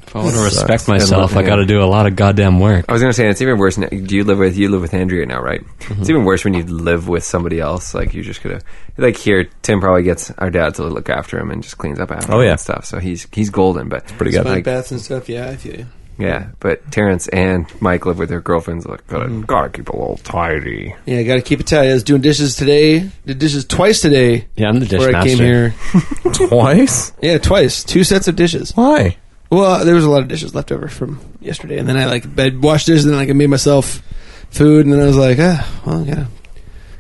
D: if I want to
C: Sucks.
D: respect myself,
B: Yeah.
D: I got to do a lot of goddamn work.
B: I was gonna say it's even worse. Now. Do you live with you live with Andrea now, right?
C: Mm-hmm.
B: It's even worse when you live with somebody else. Like you're just gonna like here. Tim probably gets our dad to look after him and just cleans up after
C: Oh,
B: him
C: yeah.
B: and stuff. So he's he's golden. But
C: Pretty good.
B: Like,
A: baths and stuff. Yeah, I feel you.
B: yeah, but Terrence and Mike live with their girlfriends. Like gotta, gotta keep a little tidy.
A: Yeah, got to keep it tight. I was doing dishes today. Did dishes twice today.
D: Yeah, I'm the
A: Before I came
D: dishmaster.
A: here.
C: Twice?
A: Yeah, twice. Two sets of dishes.
C: Why?
A: Well, there was a lot of dishes left over from yesterday, and then I like I washed dishes, and then like, I made myself food, and then I was like, ah, well, I gotta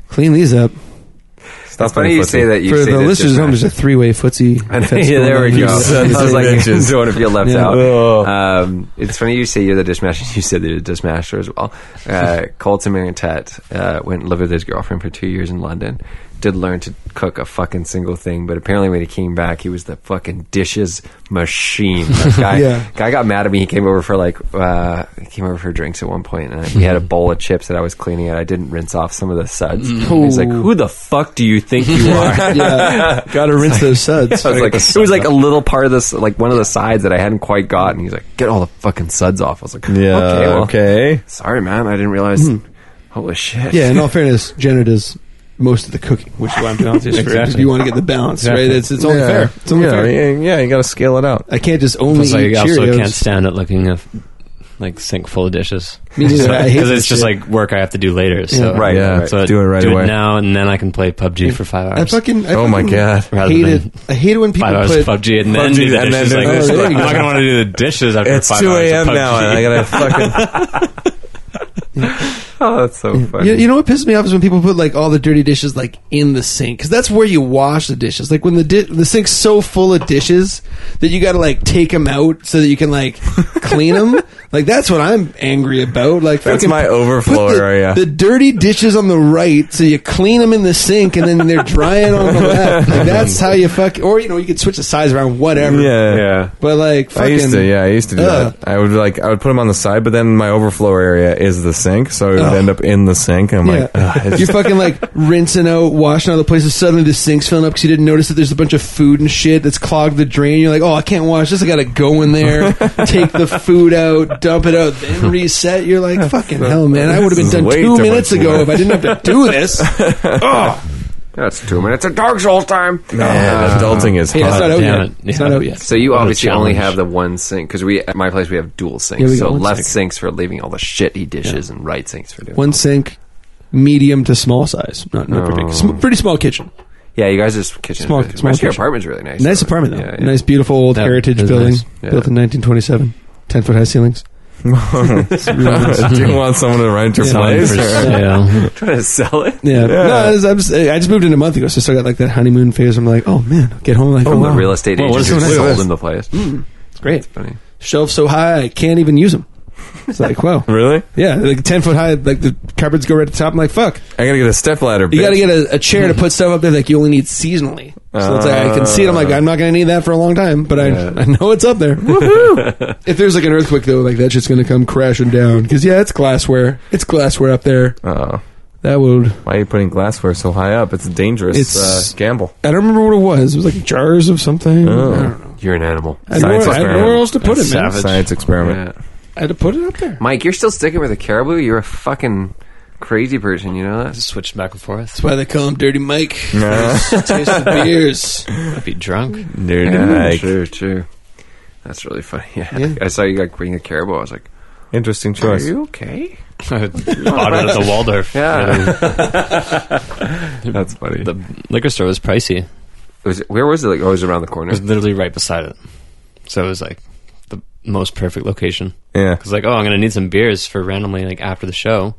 A: clean these up.
C: Stop
B: funny
C: playing
B: you
C: footsie.
B: say that. You
A: For
B: say
A: the
B: that
A: listeners
B: just
A: at home,
B: now.
A: there's a three-way footsie.
B: I know,
A: fence
B: [laughs] yeah, there
A: going
B: we go.
A: on.
C: Jesus.
B: [laughs] I was like,
C: Bitches.
B: don't want to feel left
A: Yeah.
C: Ugh.
B: out. Um, it's funny you say you're the dishmasher. [laughs] You said that you're the dishmasher as well.
A: [laughs]
B: Uh, Colton Mariontet uh, went and lived with his girlfriend for two years in London. Did learn to cook a fucking single thing, but apparently when he came back, he was the fucking dishes machine.
A: [laughs]
B: That guy,
A: Yeah.
B: guy got mad at me. He came over for like, uh, he came over for drinks at one point, and we
A: [laughs]
B: had a bowl of chips that I was cleaning out. I didn't rinse off some of the suds. He's like,
A: Mm. Ooh.
B: "Who the fuck do you
A: [laughs]
B: think you are?" [laughs]
A: yeah, gotta rinse those suds.
B: I was
C: Gotta get
B: like,
C: the
B: it was
C: suds
B: like a little part of this, like one of the sides that I hadn't quite gotten. He's like, get all the fucking suds off. I was like, [laughs]
C: Yeah.
B: okay, well,
C: okay.
B: sorry, man, I didn't realize. Holy shit!
A: Hmm. Yeah,
C: [laughs]
A: in all fairness, Janet does most of the cooking, which is why I'm penalty for
C: Exactly.
A: You want to get the balance,
D: Exactly.
A: right? It's, it's only
C: yeah.
A: fair. It's only
C: yeah,
A: fair.
C: Yeah, yeah, you got to scale it out.
A: I can't just only
D: Plus,
A: eat
D: I also
A: Cheerios.
D: can't stand it looking at like sink full
A: [laughs]
D: of dishes.
A: Me neither.
D: [laughs]
A: I hate
D: Because
A: this
D: it's just
A: shit.
D: like work I have to do later. So
A: Yeah.
B: Right,
C: Yeah.
B: right.
D: So
C: Do it right
D: do
C: away.
D: It now and then I can play PUBG for five
A: I
D: hours.
A: fucking. I
C: Oh
A: [laughs]
C: my
A: fucking
C: god.
D: Rather
A: Hate
D: than
A: it. I hate it when people
D: five hours
A: put.
D: of PUBG and then
C: PUBG
D: do the
C: and then
D: dishes.
C: do
D: like,
C: the-
D: this.
A: Oh, there
D: I'm
A: you
D: not
A: go.
D: gonna want to do the dishes after
C: It's
D: five
C: 2
D: hours
C: a.m.
D: of PUBG.
C: now, and I got to fucking.
B: [laughs] Oh, that's so funny.
A: You, you know what pisses me off is when people put like all the dirty dishes like in the sink because that's where you wash the dishes. Like when the di- the sink's so full of dishes that you got to like take them out so that you can like clean them. Like that's what I'm angry about. Like
C: That's
A: fucking
C: my overflow
A: put the,
C: area.
A: The dirty dishes on the right, so you clean them in the sink and then they're drying on
C: [laughs]
A: the left. Like that's how you fuck. Or you know you could switch the size around, whatever.
C: Yeah.
B: yeah,
A: But like
C: I
A: fucking,
C: used to, yeah, I used to do
A: Ugh.
C: that. I would like, I would put them on the side, but then my overflow area is the sink, so it would
A: Ugh.
C: end up in the sink. And I'm
A: Yeah.
C: like, ugh, it's
A: You're fucking like rinsing out, washing out the places. Suddenly the sink's filling up because you didn't notice that there's a bunch of food and shit that's clogged the drain. You're like, oh, I can't wash this. I gotta go in
C: [laughs]
A: there, take the food out, dump it out, then reset. You're like, fucking hell, man. I would have been
C: This is
A: done
C: way
A: two
C: too
A: minutes
C: much
A: ago
C: work.
A: if I didn't have to do
C: [laughs]
A: this.
B: that's two minutes of Dark Souls time.
C: man, adulting is
A: Hey, it's not
C: hard.
A: out
D: damn
A: yet.
D: it.
A: It's
D: Yeah.
A: not out yet.
B: So you
D: What a
B: obviously only
D: challenge.
B: have the one sink because we at my place we have dual sinks.
A: Yeah, we got
B: so
A: one
B: left
A: sink.
B: sinks for leaving all the shitty dishes and right sinks for doing.
A: One sink, medium to small size, not not pretty big. Sm- Oh. pretty small kitchen.
B: Yeah, you guys just kitchen.
A: Small-
B: my
A: small
B: your
A: kitchen.
B: apartment's really nice.
A: Nice
B: though.
A: apartment though.
B: Yeah, yeah.
A: Nice, beautiful old
D: Yeah,
A: heritage
D: it is
A: building
D: nice.
B: Yeah.
A: built in 1927. Ten foot high ceilings.
C: [laughs] do you want someone to rent your
A: Yeah.
C: place?
D: For
C: or-
D: [laughs] sale.
B: [laughs] Trying to sell it.
A: Yeah. No, I, was, I, was- I just moved in a month ago, so I still got like that honeymoon phase. I'm like, oh man, I'll get home like, oh,
B: From
A: wow.
B: the real estate
D: Well, what
B: agent
D: is
B: who
A: so nice?
B: sold him the place.
A: It's great.
B: Funny.
A: Shelves so high, I can't even use them. It's like, wow. [laughs]
C: Really?
A: Yeah, like ten foot high. Like the cupboards go right to the top. I'm like, fuck.
C: I gotta get a stepladder.
A: You got to get a, a chair to put stuff up there that you only need seasonally. So it's like I can see it. I'm like, I'm not going to need that for a long time, but I,
B: Yeah.
A: I know it's up there. Woohoo! [laughs] if there's like an earthquake though, like that shit's going to come crashing down because yeah, it's glassware. It's glassware up there.
C: Oh,
A: That would.
C: why are you putting glassware so high up? It's a dangerous
A: It's-
C: uh, gamble.
A: I don't remember what it was. It was like jars of something.
C: Oh.
A: I don't know.
B: You're an animal.
A: I Hmm. had nowhere,
C: Science
A: I had
C: experiment.
A: nowhere else to put it, man.
D: Savage.
C: Science
B: [laughs]
C: experiment.
B: Yeah.
A: I had to put it up there.
B: Mike, you're still sticking with a caribou. You're a fucking crazy person. You know that?
D: Just switched back and forth.
A: That's why they call him Dirty
B: [laughs]
A: Mike.
C: Nah.
A: Taste the beers.
D: I'd be [laughs] drunk.
C: Dude, like,
B: true, true. That's really funny. [laughs] Yeah.
A: Yeah.
B: I saw you like bring the caribou. I was like,
C: interesting
B: "Are
C: choice.
B: you okay?"
D: I would order at the Waldorf. [laughs]
B: Yeah, that's funny.
D: The liquor store was pricey. It
B: It was- where was it? Like, oh, it was around the corner.
D: was literally right beside it. So it was like the most perfect location.
C: Yeah.
D: Because like, oh, I'm gonna need some beers for randomly like after the show,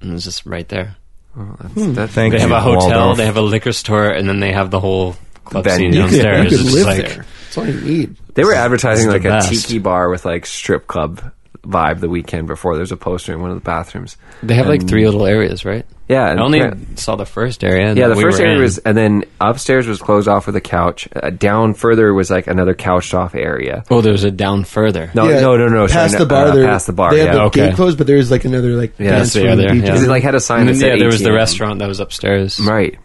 D: and it's just right there.
B: Oh, that's, that's,
C: Thank
D: They
C: you.
D: have a hotel,
C: Waldorf.
D: they have a liquor store, and then they have the whole club
B: Venue.
D: scene
B: You could-
D: downstairs.
A: you could
D: It's
A: live
D: like,
A: there. That's all you need.
B: They were advertising
D: It's
B: like
D: the
B: a
D: best.
B: tiki bar with like strip club vibe the weekend before. There's a poster in one of the bathrooms.
D: They have like
B: And-
D: three little areas, right?
B: Yeah,
D: I
B: and
D: only
B: apparent-
D: saw the first area.
B: Yeah, the
D: that we
B: first
D: were
B: area
D: in.
B: was, and then upstairs was closed off with a couch. Uh, down further was like another couched off area.
D: Oh, there was a down further.
B: No,
A: Yeah,
B: no, no, no. sorry,
A: Past
B: no,
A: the bar,
B: uh,
A: there.
B: past the bar.
A: They have
B: yeah,
A: the
D: okay.
A: gate closed, but there's like another like
B: Yeah,
A: dance
D: that's the
A: room
D: other.
A: DJ.
D: Yeah.
B: 'Cause it like had a sign
D: And
B: that
D: then,
B: said
D: Mm, yeah, there was the
B: ATM.
D: restaurant that was upstairs. [laughs]
B: Right.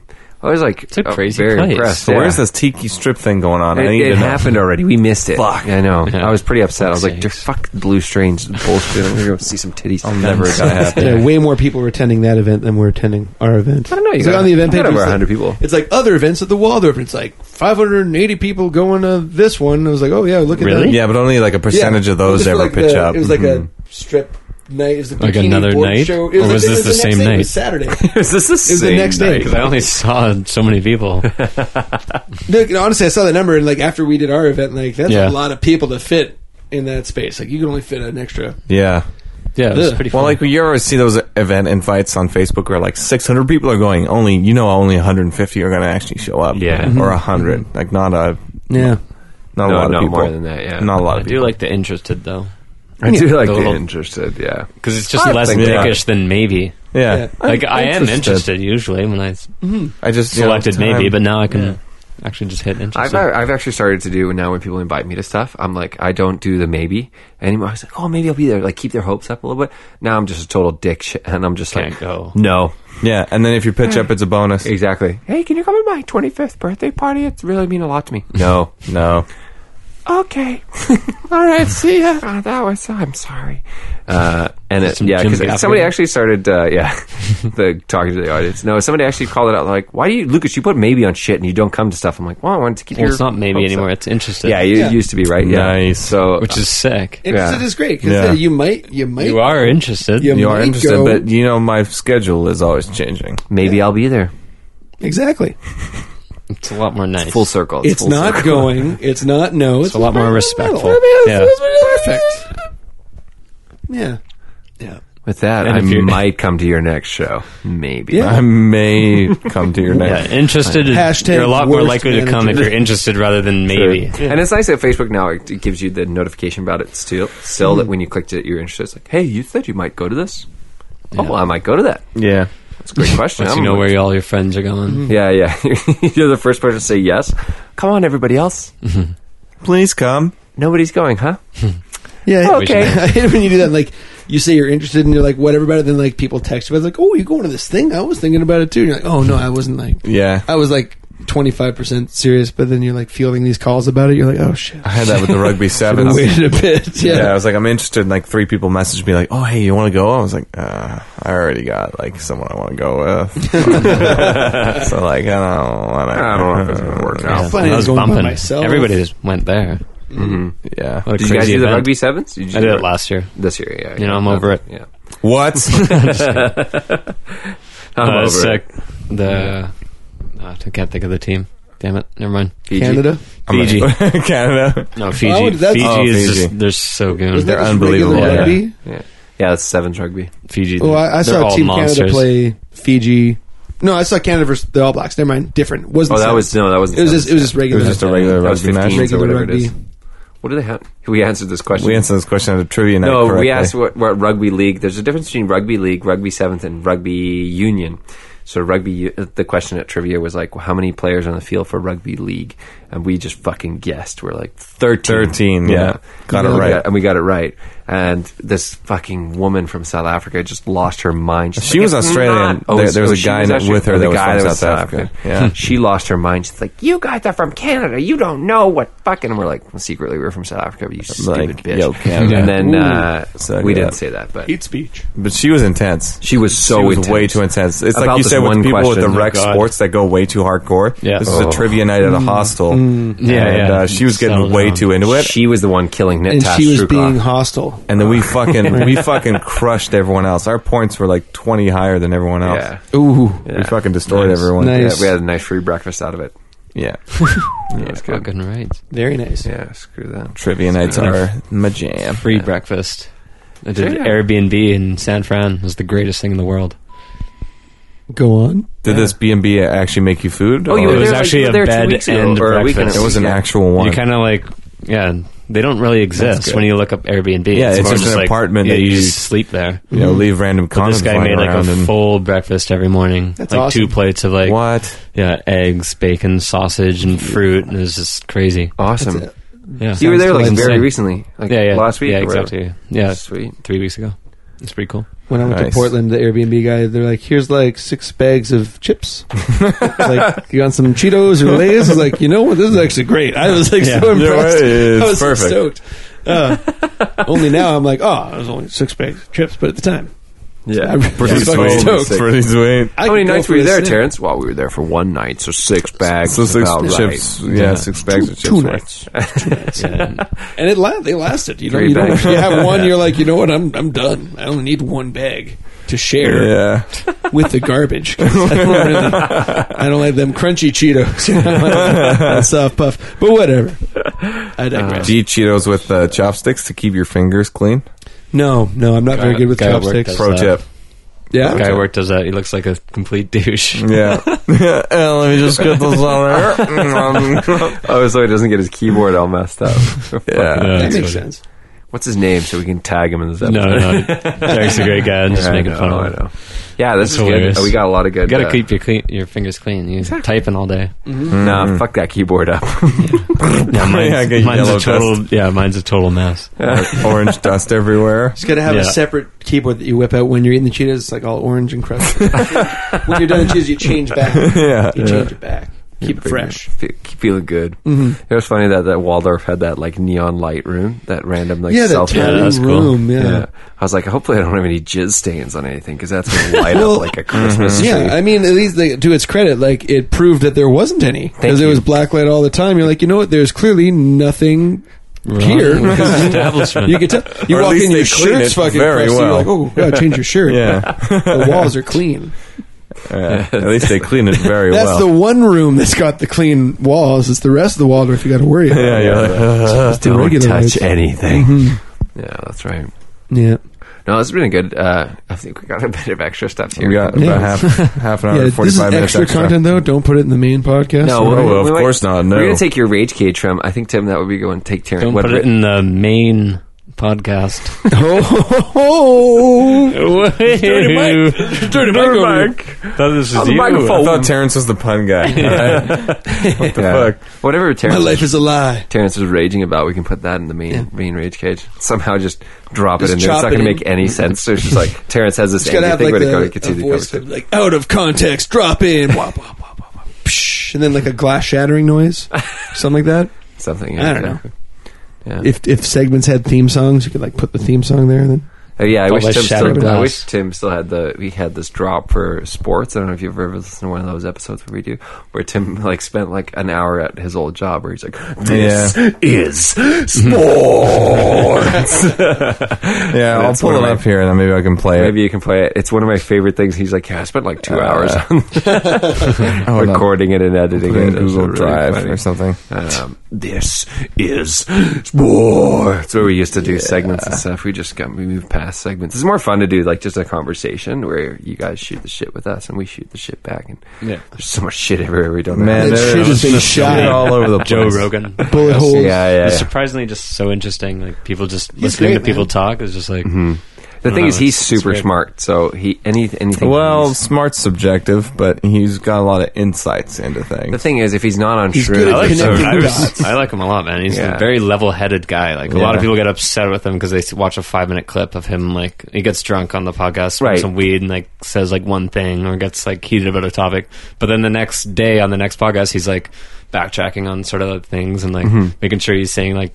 B: I was like,
D: It's a
B: uh,
D: crazy
B: very
D: place.
B: impressed.
C: So
B: yeah.
C: where's this tiki strip thing going on?
B: It,
C: I need
B: it
C: to know.
B: happened
C: [laughs]
B: already. We missed it.
C: Fuck.
B: I know.
D: Yeah.
B: I was pretty upset. I was like,
D: Fuck's
B: "Dude, fuck Blue Strange bullshit. I'm gonna go see some titties.
C: I'm never gonna [laughs] happen.
A: Yeah, way more people were attending that event than were attending our event.
B: [laughs] I don't know. You
A: It's like
B: got
A: on the event
B: you
A: page.
B: got over
A: it's like- [laughs]
B: 100 people.
A: It's like other events at the Waldorf. It's like 580 people going to this one. I was like, oh yeah, look at
D: Really?
A: that.
C: Yeah, but only like a percentage
A: Yeah.
C: of those
A: It was
C: ever
A: like
C: pitch
A: the-
C: up.
A: It was like
C: Mhm.
A: a strip night. It was the
D: Like
A: bikini
D: another
A: board
D: night?
A: Show. It
D: Or was
A: it
D: this the
A: next
D: same
A: day. It
D: night?
A: was Saturday. [laughs]
B: is this
A: It
B: the
A: was the
B: same
A: next day.
B: night?
D: Because I only saw so many
B: [laughs]
D: people.
A: No, you know, honestly, I saw the number, and like after we did our event, like that's
D: Yeah.
A: a lot of people to fit in that space. Like you can only fit an extra.
C: yeah.
D: Yeah, it was
A: Ugh.
D: pretty
C: Well,
D: funny.
C: like you ever see those event invites on Facebook where like 600 people are going, only you know only 150 are going to actually show up,
D: Yeah.
C: or 100, like not a
A: Yeah.
C: not a
B: no,
C: lot
B: no
C: of people,
B: more than that. Yeah,
C: not a lot
D: I
C: of
D: do
C: people.
D: like the interested though,
B: I
D: [laughs]
B: do like
D: The
B: the
D: little-
B: interested. Yeah,
D: because it's just
C: I
D: less
C: think- yeah.
D: dickish than maybe.
C: yeah,
A: Yeah.
C: I'm
D: like I am interested usually when I s-
C: I just you know,
D: selected
C: time-
D: maybe, but now I can
A: Yeah.
D: actually just hit
B: I've
D: interested.
B: I've actually started to do now when people invite me to stuff. I'm like I don't do the maybe anymore. I was like, oh, maybe I'll be there. Like keep their hopes up a little bit. Now I'm just a total dick shit, and I'm just
D: Can't
B: like,
D: go.
B: no,
C: yeah, and then if you pitch up, it's a bonus.
B: exactly. Hey, can you come to my 25th birthday party? It's really mean a lot to me. No,
C: No,
B: okay, [laughs] all right, see ya. Oh, that was I'm sorry. Uh, and it,
D: Some
B: yeah,
D: Jim
B: because
D: Gaffigan.
B: somebody actually started, uh, yeah, [laughs] the talking to the audience. No, somebody actually called it out like, why do you, Lucas? You put maybe on shit and you don't come to stuff. I'm like, well, I wanted to keep
D: well,
B: your
D: it's not maybe
B: hopes up.
D: anymore. It's interested.
B: Yeah, you
A: Yeah.
B: used to be right. Yeah,
C: Nice.
B: so uh,
D: which is sick.
A: Interested is great because
C: Yeah.
A: you might, you might,
D: You are interested.
A: Yeah.
C: you are
A: Might
C: interested,
A: go-
C: but you know my schedule is always changing.
B: maybe I'll be there.
A: exactly.
D: It's a lot more nice.
B: Full circle.
A: It's
B: full
A: not
B: circle.
A: going. It's not no. It's,
D: a lot more respectful. Yeah.
A: Perfect. Yeah. Yeah.
B: With that,
D: And
B: I
D: if you're-
B: might come to your next show. Maybe.
A: Yeah.
C: I may come to your
D: Yeah,
C: next.
D: interested. Is,
A: Hashtag
D: you're a lot more
A: worst
D: likely to come if
A: manager.
D: you're interested rather than maybe.
B: And it's nice that Facebook now it gives you the notification about it still. Still, that when you clicked it, you're interested. It's like, hey, you said you might go to this. Oh, well, I might go to that.
C: Yeah,
B: That's a great question.
D: Once you
B: I'm
D: know
B: like-
D: where all your friends are going.
B: Yeah, yeah. [laughs] you're the first person to say yes. Come on, everybody else.
C: please come.
B: Nobody's going, huh?
A: Yeah.
B: Oh,
A: [laughs]
B: okay.
A: I hate it when you do that. Like you say you're interested and you're like whatever about it. Then like people text you about it, like, oh, you're going to this thing. I was thinking about it too. And you're like, oh no, I wasn't like,
C: Yeah,
A: I was like 25 percent serious. But then you're like fielding these calls about it. You're like, oh shit.
C: I had that with the [laughs] rugby sevens.
A: Waited a bit.
C: [laughs] Yeah. I
A: Yeah.
C: was like, I'm interested. And, like three people messaged me, like, "Oh, hey, you want to go?" I was like, uh, "I already got like someone I want to go with." [laughs] so like, I don't want to.
B: I don't know if it's gonna work out.
A: Yeah. funny, I was going by myself.
D: Everybody just went there.
C: Yeah.
D: What a
B: Did
D: crazy
B: you guys do the
D: event.
B: rugby sevens? Did you
D: I did it last year.
B: this year. Yeah,
D: You know,
B: yeah.
D: I'm over it.
B: Yeah,
C: What?
B: I'm
D: Uh,
B: over
D: it's,
B: it.
D: uh, the uh, I can't think of the team. Damn it. Never mind.
B: [laughs] Fiji.
A: Canada.
C: [laughs]
D: Fiji.
C: Canada.
D: No, Fiji.
A: Oh, that's-
D: Fiji
C: Oh,
D: is
C: Fiji.
D: just they're so
A: Wasn't
D: good.
A: that
C: They're
A: just regular
C: unbelievable.
A: rugby?
C: Yeah.
B: Yeah, yeah, that's sevens rugby.
D: Fiji.
A: Well, Oh, I, I
D: they're
A: saw
D: all
A: Team
D: monsters.
A: Canada play Fiji. No, I saw Canada versus the All Blacks. Never mind. Different. Wasn't
B: Oh, that
A: sevens.
B: was no, that wasn't.
A: It was
B: sevens.
A: just. It was just
C: It
A: regular.
C: was just a regular
B: That was
C: rugby match.
B: 15.
A: regular
B: whatever it
A: rugby.
B: is. What do they have? We answered this question.
C: We answered this question at a trivia night.
B: no,
C: correctly.
B: we asked what, what rugby league. There's a difference between rugby league, rugby seventh, and rugby union. So rugby, u- the question at trivia was like, how many players on the field for rugby league? And we just fucking guessed. We're like thirteen.
C: 13,
B: You
C: yeah.
B: know?
C: Got
B: And
C: it
B: we
C: right.
B: and we got it right. And this fucking woman from South Africa just lost her mind. She's
C: She
B: like,
C: was
B: "It's
C: Australian.
B: not- Oh,
C: There- there was a
B: she
C: guy that-
B: Australian.
C: with her
B: Oh,
C: that
B: the
C: was
B: guy
C: from
B: that was
C: South
B: South
C: Africa.
B: Africa.
C: Yeah.
B: [laughs] she lost her mind. She's like, "You guys are from Canada. You don't know what fucking." And we're like, well, secretly, we were from South Africa. But you stupid
C: Like,
B: bitch.
C: yo, Canada.
B: And then uh,
C: Suck
B: we
C: it
B: didn't
C: up.
B: say that, but
A: Hate speech.
C: But she was intense.
B: she was so
C: she was
B: intense.
C: way too intense. It's
B: About
C: like you
B: this
C: said with
B: one
C: people with the
B: question.
C: rec
D: Oh, God.
C: sports that go way too hardcore.
D: Yeah.
C: This was
B: Oh.
C: a trivia night at a hostel.
B: Mm.
D: Yeah,
C: and,
D: yeah.
C: Uh, she was getting
D: Settle
C: way
D: down.
C: too into it.
B: She was the one killing Nit
A: And
B: Tash
A: she was
B: Shrukov.
A: being hostile.
C: and then
D: Uh,
C: we
D: [laughs]
C: fucking we fucking crushed everyone else. Our points were like twenty higher than everyone else.
B: Yeah.
A: Ooh.
C: We
B: Yeah.
C: fucking destroyed
B: Nice.
C: everyone.
A: Nice.
B: Yeah, we had a nice free breakfast out of it.
D: [laughs]
C: Yeah.
B: Yeah,
D: That's
B: it's good.
D: fucking right.
A: Very nice.
B: Yeah, screw that.
C: Trivia nights
D: Speaking
C: are my jam.
D: Free breakfast. I did
B: Yeah.
D: Airbnb in San Fran. It was the greatest thing in the world.
A: Go on.
C: Did this B and B actually make you food?
B: Oh, you
C: or-
B: were
D: it was
B: there, like,
D: actually
B: you were
D: a
B: there two
D: bed
B: weeks ago,
D: and
B: or a
D: breakfast.
B: weekend.
C: It was an
B: Yeah.
C: actual one.
D: You kind of like, yeah, they don't really exist
C: good.
D: when you look up Airbnb.
C: Yeah, it's
D: more
C: just an apartment
D: yeah,
C: that you-
D: just sleep there.
C: you
A: Mm-hmm.
C: know, leave random
D: But
C: condoms
D: this guy
C: lying
D: made like
C: around
D: a
C: and
D: full breakfast every morning.
A: That's
D: like
A: awesome.
D: two plates of like
C: what?
D: yeah, eggs, bacon, sausage, and fruit. And it was just crazy.
B: Awesome.
A: That's
D: Yeah,
B: You were there like
A: Sounds
B: very
D: insane.
B: recently, like
D: yeah, yeah,
B: last week.
D: Yeah,
B: or whatever.
D: exactly. Yeah,
B: Sweet.
D: three weeks ago. It's pretty cool.
A: When I went
C: Nice.
A: to Portland, the Airbnb guy, they're like, "Here's like six bags of chips. It's
B: [laughs]
A: like you want some Cheetos or Lay's?" I was like, "You know what? This is actually great." I was like
D: [laughs] Yeah.
A: so impressed.
C: it's
A: [laughs] I was so
C: perfect.
A: stoked. Uh, only now I'm like, "Oh, it was only six bags of chips," but at the time,
D: [laughs]
A: I
B: Yeah.
A: really
C: Pretty
A: was fucking
C: sweet.
A: stoked.
C: Pretty sweet.
A: I
B: How
A: could
B: many
A: go
B: nights
A: for
B: were you
A: this
B: there,
A: thing.
B: Terrence? Well, we were there for one night, so six bags.
C: So six
B: about
C: chips. Yeah,
D: Yeah.
C: six bags of chips.
A: Two
C: worth.
A: nights.
D: Yeah.
A: and it la- they lasted. You know,
B: Three
A: you don't
B: bags.
A: actually have
B: [laughs]
A: one. You're like, you know what? I'm I'm done. I only need one bag to share
C: Yeah.
A: with the garbage. 'cause I don't, really, I don't like them crunchy Cheetos [laughs] and soft puff. But whatever. I digress.
D: Uh,
C: Do you eat Cheetos with uh, chopsticks to keep your fingers clean?
A: No, no, I'm not very
D: Guy-
A: good with
D: guy at work
A: chopsticks.
D: does-
C: Pro
D: that-
C: tip.
A: yeah,
D: guy at work does that. He looks like a complete douche.
C: Yeah.
D: [laughs]
C: [laughs] Uh, [laughs] let me just get this on there.
B: [laughs] Oh, so he doesn't get his keyboard all messed [laughs] up.
C: [laughs] yeah.
D: Yeah.
A: that makes
D: that's what it-
A: sense.
B: What's his name so we can tag him in this
D: No,
B: episode?
D: no, Derek's a great guy. I'm just
B: Yeah, I
D: making
B: know,
D: fun
B: I
D: of him.
B: know. Yeah, this
D: That's
B: is
D: hilarious.
B: good. Oh, we got a lot of good.
D: You gotta
B: uh,
D: keep your clean, your fingers clean. You typing all day. Mm-hmm.
B: Nah, fuck that keyboard up.
D: [laughs] Yeah, mine's,
C: I get
D: mine's
C: yellow
D: a total. Yeah, mine's a total mess.
C: Orange dust everywhere.
A: Just gotta have
D: Yeah.
A: a separate keyboard that you whip out when you're eating the cheetahs. It's like all orange and
D: [laughs]
A: crusty. when you're done with cheetahs, you change back.
C: Yeah.
A: You change it back. Keep it
B: Pretty
A: fresh. Mm-hmm.
B: good. Fe- Keep feeling good. It was funny that, that Waldorf had that like neon light room, that random like
A: yeah, that
B: self
A: tiny
D: that's cool.
A: room. Yeah.
B: Yeah. I was like, hopefully I don't have any jizz stains on anything because that's going to light
A: Well, mm-hmm.
B: up like a
C: Mm-hmm.
B: Christmas tree.
A: Yeah, I mean, at least like, to its credit, like it proved that there wasn't any because it
B: you.
A: was blacklight all the time. You're like, you know what? There's clearly nothing here.
D: Wrong with this establishment.
A: [laughs] You can tell. You
C: Or at
A: walk
C: least
A: in,
C: they
A: your
C: clean
A: shirt's
C: it
A: fucking
C: very
A: crusty.
C: well.
A: You're like, oh, gotta change your shirt. [laughs]
C: Yeah.
A: the walls are clean.
C: Yeah. At least they clean it [laughs] very
A: That's
C: well.
A: the one room that's got the clean walls. It's the rest of the Waldorf you got to worry about.
C: yeah, you're like,
A: It's
B: Don't
A: deregulated.
B: touch anything.
A: Mm-hmm.
B: Yeah, that's right.
A: Yeah,
B: No, this has been a good. Uh, I think we got a [laughs] bit of extra stuff here.
C: we got
A: Yeah.
C: about half, half an hour,
A: yeah.
C: and
A: This is
C: 45 minutes
A: extra, content though. Don't put it in the main podcast.
B: No,
A: All
B: we-
A: right.
C: well,
B: we
C: Oh, of
B: might-
C: course not, no.
B: We're gonna take your rage cage from. I think Tim, that would be going. Take Terrence.
D: Don't
B: what
D: put it in the main [laughs] podcast.
A: [laughs] oh, [laughs]
D: Dirty
B: Mike.
D: Dirty Mike. over here. Thought this was
B: the
D: you.
B: microphone.
C: I thought Terrence was the pun
B: [laughs]
C: guy. what the
B: Yeah.
C: fuck?
B: Whatever
A: my
B: Terrence,
A: life is a lie.
B: Terrence is raging about, we can put that in the main main rage cage. Somehow, just drop
A: Just
B: it in there. It's
A: chop
B: not
A: it
B: gonna
A: in. [laughs]
B: make any sense. So it's just like Terrence has this
A: It's gotta
B: angry
A: have
B: thing
A: like
B: where they
A: a,
B: go,
A: a
B: continue the
A: voice
B: conversation.
A: of, like out of context, drop in, wop, wop, wop, wop, wop, psh, and then like a glass shattering noise, something like that.
B: Something.
A: I don't know.
B: Yeah.
A: If if segments had theme songs, you could like put the theme song there. Then
B: Oh, yeah, I
D: All
B: wish,
D: that
B: Tim
D: shattered
B: still, I
D: glass.
B: wish Tim still had the we had this drop for sports. I don't know if you've ever listened to one of those episodes where we do where Tim [laughs] like spent like an hour at his old job where he's like, "This
C: [laughs]
B: is sports."
C: Yeah, I'll
B: That's one
C: pull
B: of
C: it
B: my-
C: up here and then maybe I can play
B: [laughs] Maybe you can play it. It's one of my favorite things. He's like, "Yeah, I spent like two
C: Uh, [laughs]
B: hours on
C: it. Hold on.
B: recording it and
C: Put it
B: editing it."
C: in
B: It's
C: Google
B: really
C: Drive
B: funny.
C: or something.
D: uh,
B: Um, this is sports. That's where we used to do segments and stuff. We just got we moved past segments. It's more fun to do like just a conversation where you guys shoot the shit with us and we shoot the shit back. And
D: Yeah.
B: there's so much shit everywhere we don't.
C: Man,
A: That
C: there
A: shit
C: is
A: is
C: just
A: shot.
C: shit all over the place.
D: Joe Rogan.
A: bullet
D: Yes.
A: holes.
B: know. yeah, yeah.
D: It's
B: yeah.
D: surprisingly just so interesting. Like people just listening
A: great,
D: to people
A: man.
D: talk is just like
B: The
D: No,
B: thing
D: no,
B: is, he's
D: it's- it's
B: super
D: great.
B: smart. So he any anything.
C: Well,
B: he's-
C: smart's subjective, but he's got a lot of insights into things.
B: the thing is, if he's not on
A: He's
B: Shrew,
A: good
D: I
A: at
D: like,
A: Connecting
D: him. I,
A: dots.
D: was, I like him a lot, man. He's
B: Yeah.
D: a very level-headed guy. Like a lot
C: Yeah.
D: of people get upset with him because they s- watch a five-minute clip of him. Like he gets drunk on the podcast, smokes
B: Right.
D: some weed, and like says like one thing or gets like heated about a topic. But then the next day on the next podcast, he's like backtracking on sort of things and like making sure he's saying like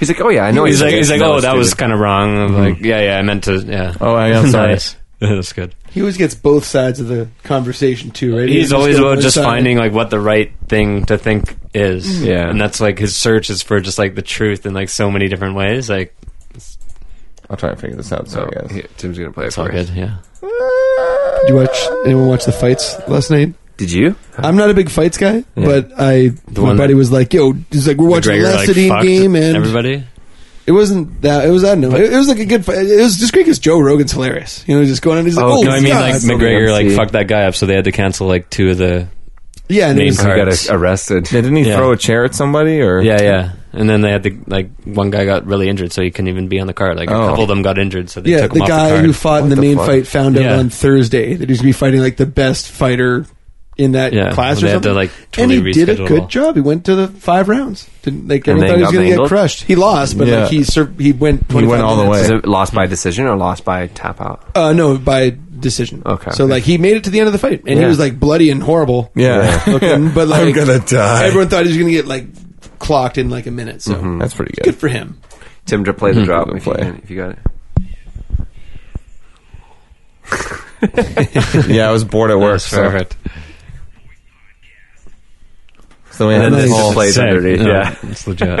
B: he's like, oh yeah, I know.
D: he's like he's like oh that was
B: stupid."
D: kind of wrong. I'm Like yeah yeah I meant to yeah
C: Oh, I
D: [laughs]
C: am sorry.
D: nice. That's good.
A: He always gets both sides of the conversation too, right?
D: He's
A: just
D: always
A: got
D: about
A: one
D: just
A: side.
D: finding like what the right thing to think
A: Mm-hmm.
D: is.
B: Yeah.
D: and that's like his search is for just like the truth in like so many different ways. Like
C: I'll try and figure this out.
B: So
C: Sorry, guys.
B: here, Tim's gonna play it
D: it's all
B: for us.
D: good. Yeah,
A: Did you watch anyone watch the fights last night?
B: Did you?
A: I'm not a big fights guy, but I my
D: one
A: buddy
D: that-
A: was like, "Yo," he's like, "We're watching the
D: McGregor,
A: last Sedin
D: fucked
A: game," and
D: everybody.
A: it wasn't that. It was I don't know. It, it was like a good. fight. It was just great because Joe Rogan's hilarious. You know, just going on. He's like,
B: Oh,
A: "Oh,
D: No, I mean
A: God."
D: like
B: something
D: McGregor
B: I've
D: like
B: seen.
D: fucked that guy up, so they had to cancel like two of the
A: yeah, and it
D: main
A: was-
B: He got
D: Cards.
B: uh, arrested.
C: Yeah, didn't he
D: Yeah.
C: throw a chair at somebody or?
D: yeah yeah, and then they had to like one guy got really injured, so he couldn't even be on the card. Like
C: Oh.
D: a couple of them got injured, so they
A: yeah,
D: took
A: the
D: him off
A: guy
D: the card.
A: who fought in the
B: What the
A: main
B: fuck?
A: fight found out
D: Yeah.
A: on Thursday that he's gonna be fighting like the best fighter in that
D: yeah,
A: class
D: they
A: or
D: had
A: something.
D: to like
A: and
D: totally
A: he did a
D: reschedule
A: good
D: all.
A: job. He went to the five rounds. Didn't like
B: And
A: everyone
B: then
A: thought he was
B: got
A: going to get
B: mangled?
A: crushed. He lost, but
C: Yeah.
A: like he sur- he went.
C: went
A: 25
C: all the
A: minutes.
B: Was
C: way.
B: it lost by decision or lost by tap out?
A: Uh, no, by decision.
B: Okay.
A: So like he made it to the end of the fight, and
B: Yeah.
A: he was like bloody and horrible.
C: Yeah. [laughs]
A: Looking, but [laughs] like
C: I'm gonna die.
A: Everyone thought he was going to get like clocked in like a minute. So
C: That's pretty
A: good
C: good.
A: for him.
B: Tim, to
D: Hmm.
B: play the drop
C: Go
B: if you,
C: play.
B: can, if you got it.
C: yeah, I was bored at work.
D: That's
C: So,
D: perfect.
C: so we
B: And
C: had
B: then
A: Nice.
C: this
B: this
C: whole,
A: Nice.
B: plays
D: Sick.
B: underneath.
D: No,
B: Yeah.
D: it's legit.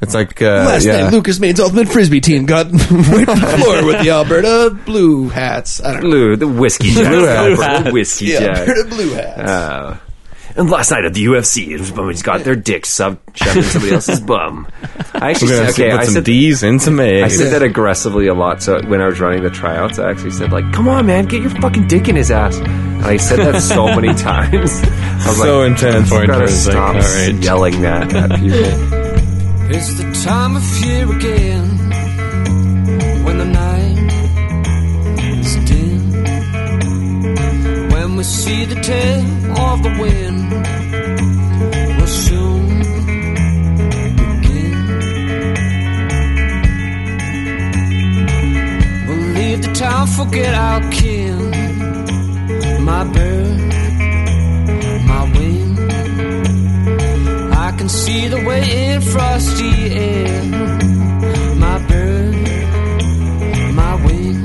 C: it's like uh,
A: Last
C: yeah.
A: night, Lucas Maine's ultimate frisbee team got [laughs] wiped the floor with the Alberta Blue Hats. I don't know.
B: Blue, the whiskey jack.
C: Blue hat.
B: Alberta
A: [laughs]
B: whiskey
A: Yeah,
B: jack.
A: Alberta Blue Hats.
B: Uh, and last night at the UFC, it was- somebody's got their dick shoved shoved in somebody else's bum. I
C: We're
B: actually said,
C: gonna
B: okay,
C: put
B: I
C: some
B: said,
C: D's and some A's.
B: I said that aggressively a lot. So when I was running the tryouts, I actually said like, "Come on, man, get your fucking dick in his ass." And I said that so many [laughs] times. I was
C: So
B: like,
C: intense.
B: "You gotta
D: It's like,
B: stop
D: all right.
B: yelling that at people.
E: It's the time of year again when the night is dim. When we see the tail of the wind, we'll soon begin. We'll leave the town, forget our kin. My bird, my wing. I can see the way in frosty air. My bird, my wing.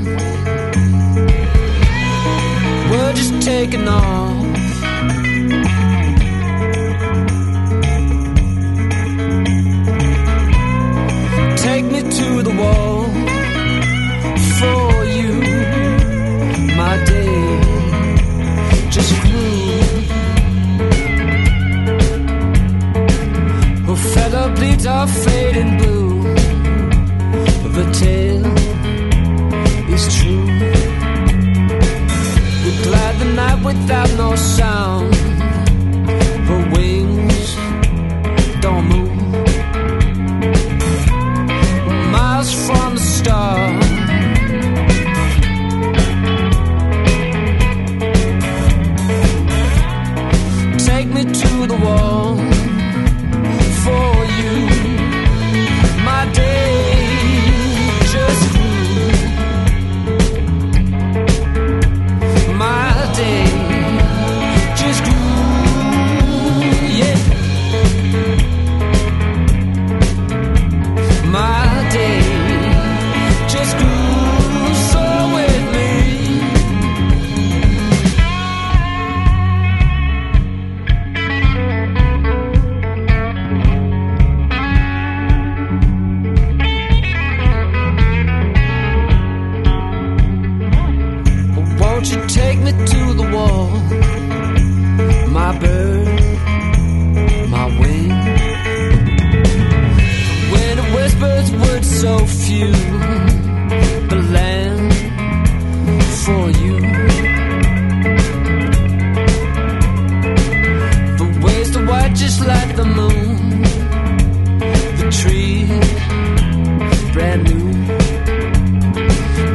E: We're just taking off. Take me to the wall for you, my day. Just flew. Her feather bleeds are fading blue. The tale is true. We glide the night without no sound. Her wings don't move. Miles from the star. Take me to the wall for you. My day just grew. My day just grew. Yeah. My day just grew. So with me. Won't you take me to the wall? My bird, my wing. When it whispers words so few, the land for you. The waves the white just like the moon. The tree, brand new.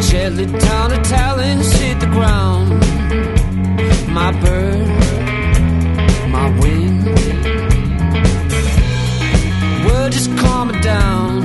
E: Gently down the talons hit the ground. My bird, my wing. Well, just calm it down.